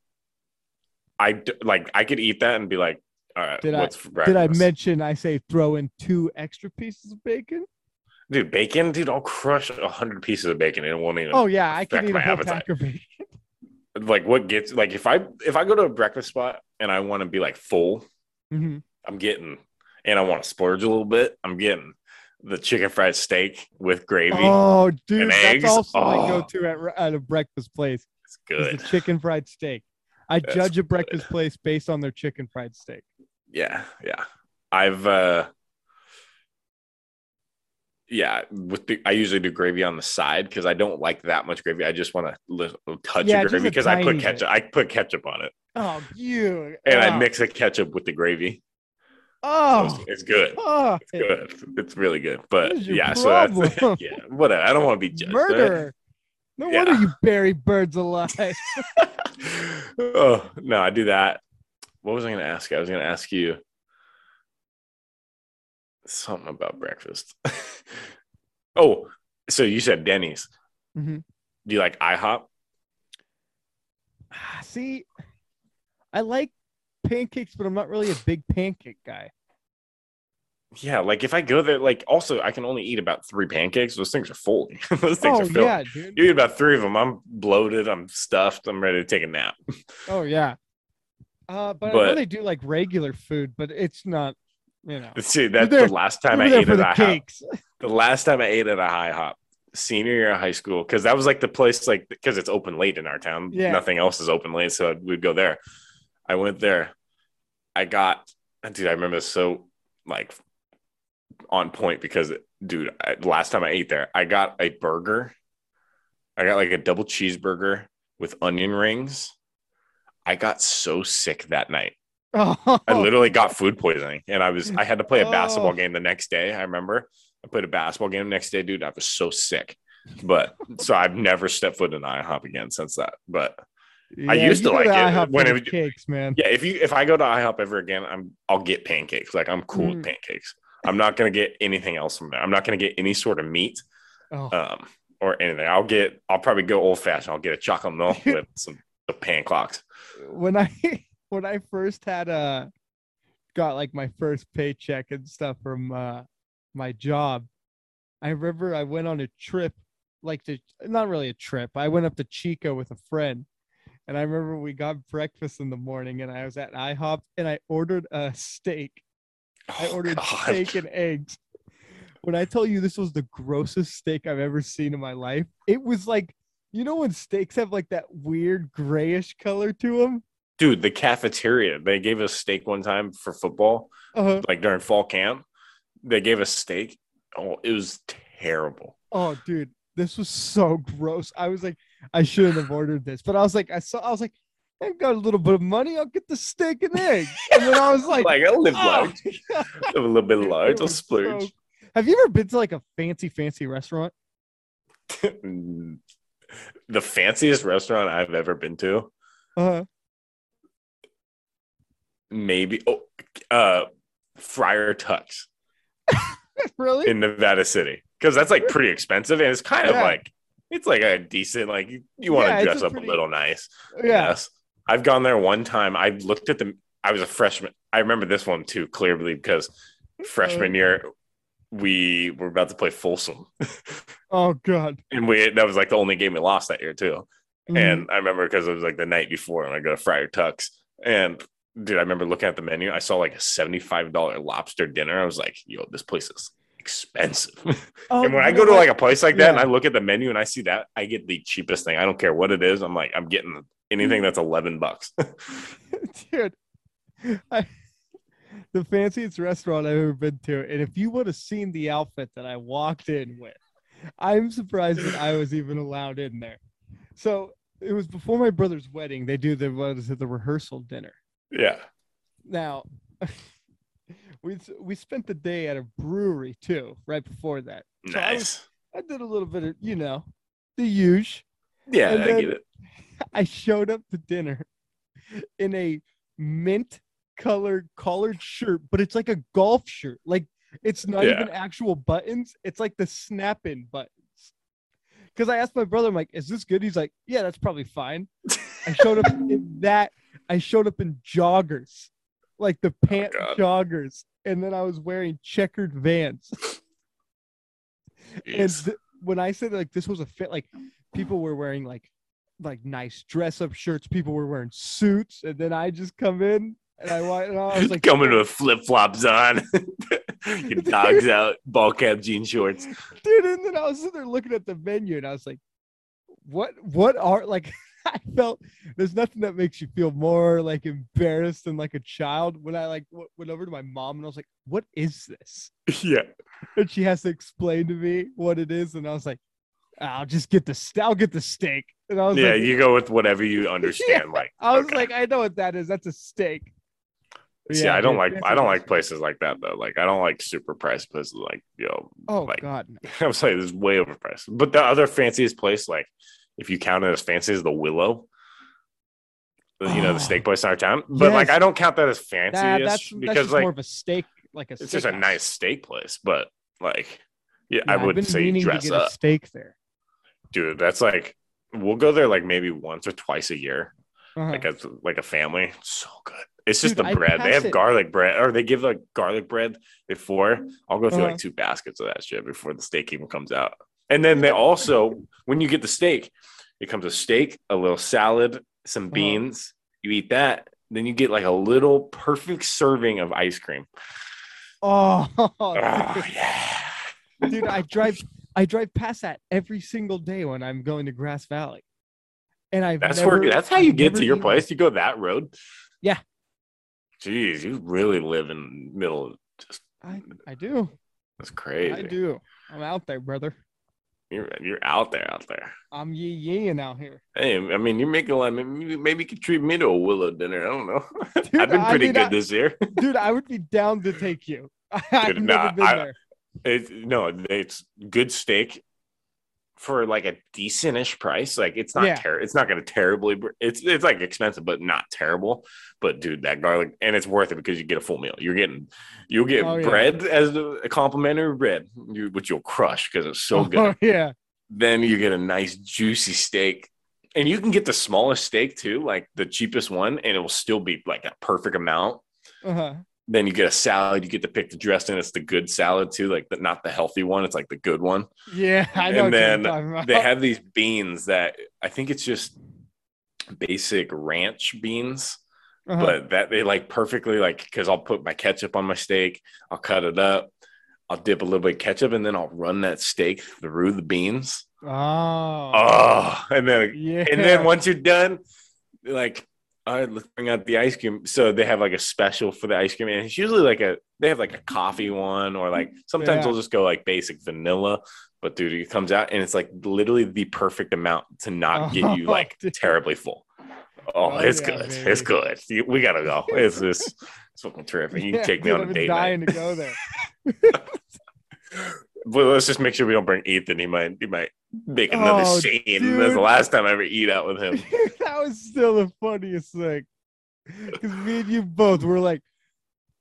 Speaker 1: I d- like I could eat that and be like, all right,
Speaker 2: Did I-
Speaker 1: what's for breakfast?
Speaker 2: Did I mention I say throw in two extra pieces of bacon?
Speaker 1: dude, bacon, dude, I'll crush a hundred pieces of bacon and it won't even
Speaker 2: Oh yeah, I can
Speaker 1: affect
Speaker 2: eat a
Speaker 1: my
Speaker 2: whole
Speaker 1: appetite.
Speaker 2: pack of bacon.
Speaker 1: like what gets like if I if I go to a breakfast spot and I want to be like full,
Speaker 2: Mhm.
Speaker 1: I'm getting and I want to splurge a little bit, I'm getting the chicken fried steak with gravy.
Speaker 2: Oh, dude, that's
Speaker 1: eggs?
Speaker 2: also my
Speaker 1: Oh.
Speaker 2: go-to at, re- at a breakfast place.
Speaker 1: it's
Speaker 2: Is
Speaker 1: good.
Speaker 2: the chicken fried steak. I
Speaker 1: That's
Speaker 2: judge a breakfast place based on their chicken fried steak.
Speaker 1: yeah yeah i've uh yeah with the, i usually do gravy on the side because i don't like that much gravy i just want to li- touch
Speaker 2: Yeah,
Speaker 1: the
Speaker 2: just
Speaker 1: gravy
Speaker 2: a
Speaker 1: because i put
Speaker 2: tiny
Speaker 1: ketchup i put ketchup on it
Speaker 2: Oh, you
Speaker 1: and i
Speaker 2: oh,
Speaker 1: mix the ketchup with the gravy So it's-
Speaker 2: Oh,
Speaker 1: it's, good
Speaker 2: oh,
Speaker 1: it's good it's really good but
Speaker 2: What is your
Speaker 1: yeah so
Speaker 2: problem?
Speaker 1: that's yeah whatever i don't want to be judged all right?
Speaker 2: murderer! No
Speaker 1: Yeah.
Speaker 2: wonder you bury birds alive.
Speaker 1: oh no i do that what was i going to ask you i was going to ask you something about breakfast oh so you said denny's
Speaker 2: Mhm.
Speaker 1: do you like ihop
Speaker 2: Ah, See, I like pancakes, but I'm not really a big pancake guy.
Speaker 1: yeah like if i go there like also i can only eat about three pancakes those things are full those things
Speaker 2: oh
Speaker 1: are filled
Speaker 2: yeah, dude.
Speaker 1: you eat about three of them i'm bloated i'm stuffed i'm ready to take a nap
Speaker 2: Oh yeah. Uh, but, I know
Speaker 1: But-
Speaker 2: they do like regular food, but it's not, you know.
Speaker 1: see that's
Speaker 2: there-
Speaker 1: the last time
Speaker 2: We're
Speaker 1: i
Speaker 2: there
Speaker 1: ate
Speaker 2: for
Speaker 1: at
Speaker 2: the
Speaker 1: ihop
Speaker 2: cakes.
Speaker 1: the last time I ate at a high hop, senior year of high school, because that was like the place, like because it's open late in our town.
Speaker 2: Yeah.
Speaker 1: Nothing else is open late, so we'd go there. I went there. I got, dude. I remember this so like on point because, dude, I, last time I ate there, I got a burger. I got like a double cheeseburger with onion rings. I got so sick that night.
Speaker 2: Oh,
Speaker 1: I literally got food poisoning, and I was I had to play a
Speaker 2: Oh.
Speaker 1: basketball game the next day. I remember I played a basketball game the next day, dude. I was so sick, but so I've never stepped foot in IHOP again since that. But I
Speaker 2: Yeah,
Speaker 1: used
Speaker 2: you
Speaker 1: to
Speaker 2: go
Speaker 1: like it
Speaker 2: IHOP
Speaker 1: when
Speaker 2: for
Speaker 1: it
Speaker 2: the
Speaker 1: was-
Speaker 2: cakes, man.
Speaker 1: yeah, if you if I go to IHOP ever again, I'm I'll get pancakes. Like I'm cool
Speaker 2: Mm.
Speaker 1: with pancakes. I'm not gonna get anything else from there. I'm not gonna get any sort of meat
Speaker 2: Oh,
Speaker 1: um or anything. I'll get I'll probably go old fashioned. I'll get a chocolate milk with some some pancakes.
Speaker 2: when I when I first had uh got like my first paycheck and stuff from uh my job, I remember I went on a trip, like to not really a trip. I went up to Chico with a friend, and I remember we got breakfast in the morning, and I was at IHOP and I ordered a steak. I
Speaker 1: Oh,
Speaker 2: ordered
Speaker 1: God.
Speaker 2: steak and eggs. When I tell you this was the grossest steak I've ever seen in my life, it was like, you know, when steaks have like that weird grayish color to them?
Speaker 1: Dude, the cafeteria. They gave us steak one time for football.
Speaker 2: Uh,
Speaker 1: like during fall camp, they gave us steak. Oh, it was terrible.
Speaker 2: oh, dude, this was so gross. I was like, I shouldn't have ordered this, but I was like, I saw, I was like, I got a little bit of money. I'll get the steak and eggs. And then I was like,
Speaker 1: Like I live
Speaker 2: oh,
Speaker 1: large, live a little bit
Speaker 2: It
Speaker 1: large. I'll
Speaker 2: was
Speaker 1: splurge.
Speaker 2: so- have you ever been to like a fancy, fancy restaurant?
Speaker 1: Mm. the fanciest restaurant I've ever been to,
Speaker 2: Uh,
Speaker 1: maybe oh, uh, Friar Tuck's
Speaker 2: really?
Speaker 1: in Nevada City, because that's like pretty expensive and it's kind of
Speaker 2: Yeah.
Speaker 1: like it's like a decent like you, want
Speaker 2: Yeah,
Speaker 1: to
Speaker 2: it's
Speaker 1: dress
Speaker 2: a
Speaker 1: up
Speaker 2: pretty-
Speaker 1: a little nice.
Speaker 2: yeah.
Speaker 1: Yes. I've gone there one time. I looked at the I was a freshman. I remember this one too clearly because freshman year we were about to play Folsom.
Speaker 2: Oh, God.
Speaker 1: And we that was like the only game we lost that year too.
Speaker 2: Mm-hmm.
Speaker 1: And I remember because it was like the night before and I go to Friar Tuck's. And dude, I remember looking at the menu. I saw like a $75 lobster dinner. I was like, yo, this place is expensive.
Speaker 2: Oh,
Speaker 1: and when
Speaker 2: you
Speaker 1: I
Speaker 2: know
Speaker 1: go to
Speaker 2: what?
Speaker 1: like a place like that and
Speaker 2: Yeah.
Speaker 1: I look at the menu and I see that, I get the cheapest thing. I don't care what it is. I'm like, I'm getting anything
Speaker 2: Mm-hmm.
Speaker 1: that's 11 bucks.
Speaker 2: dude I, the fanciest restaurant i've ever been to and if you would have seen the outfit that i walked in with i'm surprised that i was even allowed in there so it was before my brother's wedding they do the what is it the rehearsal dinner
Speaker 1: Yeah.
Speaker 2: now we we spent the day at a brewery too right before that So I was-
Speaker 1: Nice.
Speaker 2: i did a little bit of you know the huge
Speaker 1: yeah,
Speaker 2: and then-
Speaker 1: I get it.
Speaker 2: I showed up to dinner in a mint colored collared shirt, but it's like a golf shirt. Like It's not
Speaker 1: Yeah.
Speaker 2: even actual buttons. It's like the snap-in buttons. Because I asked my brother, I'm like, "Is this good?" He's like, "Yeah, that's probably fine." I showed up in that. I showed up in joggers, like the pant
Speaker 1: Oh, God.
Speaker 2: joggers, and then I was wearing checkered Vans. And
Speaker 1: Jeez.
Speaker 2: th- when I said like this was a fit, like people were wearing like like nice dress up shirts, people were wearing suits, and then I just come in and I wa- and I was like,
Speaker 1: coming with flip flops on, your dogs out, ball cap jean shorts.
Speaker 2: dude, and then I was sitting there looking at the menu and I was like, what what are like I felt there's nothing that makes you feel more like embarrassed than like a child when I like w- went over to my mom and I was like, what is this?
Speaker 1: Yeah,
Speaker 2: And she has to explain to me what it is, and I was like, I'll just get the st- I'll get the steak. And I was
Speaker 1: yeah.
Speaker 2: like,
Speaker 1: you go with whatever you understand. Like
Speaker 2: I was
Speaker 1: okay.
Speaker 2: like, I know what that is. That's a steak.
Speaker 1: See, I don't like I don't like places like that though. Like I don't like super priced places. Like yo,
Speaker 2: Oh
Speaker 1: like-
Speaker 2: God, no.
Speaker 1: I was like, this is way overpriced. But the other fanciest place, like if you count it as fancy, is the Willow. You know
Speaker 2: Oh.
Speaker 1: the steak place in our town, but like
Speaker 2: Yes.
Speaker 1: I don't count that as
Speaker 2: Nah,
Speaker 1: fancy
Speaker 2: that's that's
Speaker 1: because
Speaker 2: just
Speaker 1: like
Speaker 2: more of a steak, like a.
Speaker 1: it's just a
Speaker 2: steakhouse.
Speaker 1: nice steak place. But like, yeah,
Speaker 2: Yeah,
Speaker 1: I
Speaker 2: I've
Speaker 1: would
Speaker 2: been
Speaker 1: say
Speaker 2: meaning
Speaker 1: dress
Speaker 2: to get
Speaker 1: up,
Speaker 2: a steak there.
Speaker 1: dude. That's like we'll go there like maybe once or twice a year,
Speaker 2: Uh-huh.
Speaker 1: like as like a family. It's so good. It's just
Speaker 2: Dude,
Speaker 1: the
Speaker 2: I
Speaker 1: bread. They
Speaker 2: pass
Speaker 1: have
Speaker 2: it-
Speaker 1: garlic bread, or they give like garlic bread before. I'll go through
Speaker 2: Uh-huh.
Speaker 1: like two baskets of that shit before the steak even comes out. And then they also, when you get the steak, it comes a steak, a little salad, some
Speaker 2: Uh-huh.
Speaker 1: beans. You eat that, then you get like a little perfect serving of ice cream.
Speaker 2: oh,
Speaker 1: Oh,
Speaker 2: dude,
Speaker 1: yeah.
Speaker 2: dude, I drive I drive past that every single day when I'm going to Grass Valley, and I.
Speaker 1: That's where. That's how you get to your place. You go that road.
Speaker 2: Yeah.
Speaker 1: Jeez, you really live in the middle. Of,
Speaker 2: I, I do.
Speaker 1: that's crazy.
Speaker 2: I do. I'm out there, brother.
Speaker 1: You're you're out there, out there.
Speaker 2: I'm yee yeeing out here.
Speaker 1: Hey, I mean, you're making a lot. Maybe, maybe you could treat me to a willow dinner. I don't know.
Speaker 2: Dude,
Speaker 1: I've been
Speaker 2: I
Speaker 1: pretty
Speaker 2: mean,
Speaker 1: good
Speaker 2: I-
Speaker 1: this year.
Speaker 2: Dude, I would be down to take you. I've
Speaker 1: Dude,
Speaker 2: never
Speaker 1: nah,
Speaker 2: been
Speaker 1: I-
Speaker 2: there.
Speaker 1: It's, no, it's good steak for like a decentish price. Like it's not
Speaker 2: Yeah.
Speaker 1: ter- It's not going to terribly. br- It's it's like expensive, but not terrible. But dude, that garlic and it's worth it because you get a full meal. You're getting you'll get
Speaker 2: Oh, yeah.
Speaker 1: bread as a a complimentary bread, you, which you'll crush because it's so good.
Speaker 2: Oh, yeah.
Speaker 1: then you get a nice juicy steak and you can get the smallest steak too like the cheapest one and it will still be like a perfect amount
Speaker 2: Uh-huh.
Speaker 1: then you get a salad you get to pick the dressing it's the good salad too like the, not the healthy one it's like the good one
Speaker 2: Yeah, I
Speaker 1: And
Speaker 2: know. what you're
Speaker 1: then
Speaker 2: talking about.
Speaker 1: they have these beans that i think it's just basic ranch beans
Speaker 2: Uh-huh.
Speaker 1: but that they like perfectly like because i'll put my ketchup on my steak i'll cut it up i'll dip a little bit of ketchup and then i'll run that steak through the beans
Speaker 2: oh,
Speaker 1: oh and then
Speaker 2: yeah.
Speaker 1: and then once you're done, they're like, all right, let's bring out the ice cream. So they have like a special for the ice cream, and it's usually like a they have like a coffee one, or like sometimes
Speaker 2: Yeah.
Speaker 1: they'll just go like basic vanilla. But dude, it comes out and it's like literally the perfect amount to not get you
Speaker 2: Oh,
Speaker 1: like
Speaker 2: dude.
Speaker 1: terribly full. Oh,
Speaker 2: Oh,
Speaker 1: it's
Speaker 2: yeah,
Speaker 1: good.
Speaker 2: baby.
Speaker 1: It's good. You- We gotta go. It's this. It's fucking terrific. You
Speaker 2: Yeah,
Speaker 1: can take me on
Speaker 2: dude, I've
Speaker 1: a
Speaker 2: been
Speaker 1: date. night.
Speaker 2: dying to go there.
Speaker 1: But let's just make sure we don't bring Ethan. He might he might make another
Speaker 2: Oh,
Speaker 1: scene. That's
Speaker 2: dude.
Speaker 1: the last time I ever eat out with him.
Speaker 2: that was still the funniest thing. Because me and you both were like,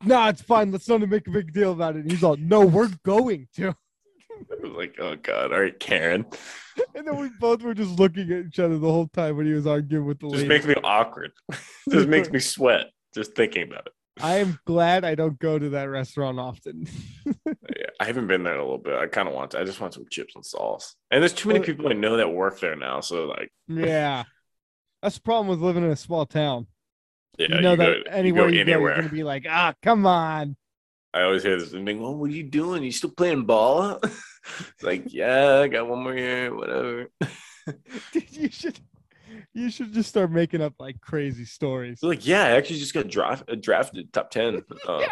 Speaker 2: nah, it's fine. Let's not make a big deal about it. And he's all, no, we're going to.
Speaker 1: I was like, oh god, all right, Karen.
Speaker 2: And then we both were just looking at each other the whole time when he was arguing with the
Speaker 1: Just
Speaker 2: lady.
Speaker 1: makes me awkward. just makes me sweat just thinking about it.
Speaker 2: I am glad I don't go to that restaurant often.
Speaker 1: Yeah, I haven't been there in a little bit. I kind of want. To, I just want some chips and sauce. And there's too many
Speaker 2: Well-
Speaker 1: people I know that work there now. So like,
Speaker 2: yeah. That's the problem with living in a small town.
Speaker 1: yeah,
Speaker 2: you know that
Speaker 1: go-
Speaker 2: anywhere
Speaker 1: go
Speaker 2: you go, you're
Speaker 1: anywhere.
Speaker 2: going to be like, ah, come on.
Speaker 1: I always hear this thing. Well, what are you doing? You still playing ball? it's like, yeah, I got one more year. Whatever.
Speaker 2: Dude, you should you should just start making up like crazy stories.
Speaker 1: It's like, yeah, I actually just got draft, uh, drafted top ten. Um,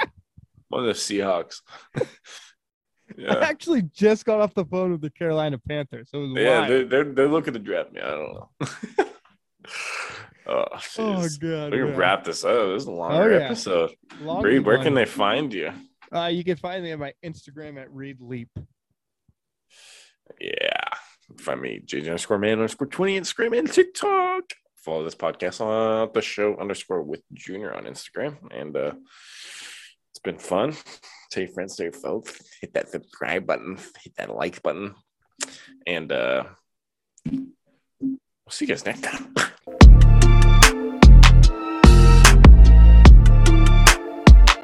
Speaker 1: One of the Seahawks.
Speaker 2: I
Speaker 1: yeah,
Speaker 2: actually just got off the phone with the Carolina Panthers. It was
Speaker 1: yeah,
Speaker 2: wild.
Speaker 1: they're, they're they're looking to draft me. I don't know. oh,
Speaker 2: Oh
Speaker 1: jeez.
Speaker 2: god.
Speaker 1: We can
Speaker 2: yeah. Oh,
Speaker 1: wrap this up. This is a longer
Speaker 2: yeah.
Speaker 1: episode.
Speaker 2: Long
Speaker 1: Bree,
Speaker 2: and
Speaker 1: where
Speaker 2: wide.
Speaker 1: can they find you?
Speaker 2: uh, you can find me on my Instagram at Reed Leap.
Speaker 1: Yeah. Find me, JJ underscore man underscore 20 and Scream and TikTok. Follow this podcast on the show underscore with Junior on Instagram. And uh It's been fun. Tell your friends, tell your folks. Hit that subscribe button. Hit that like button. And uh, we'll see you guys next time.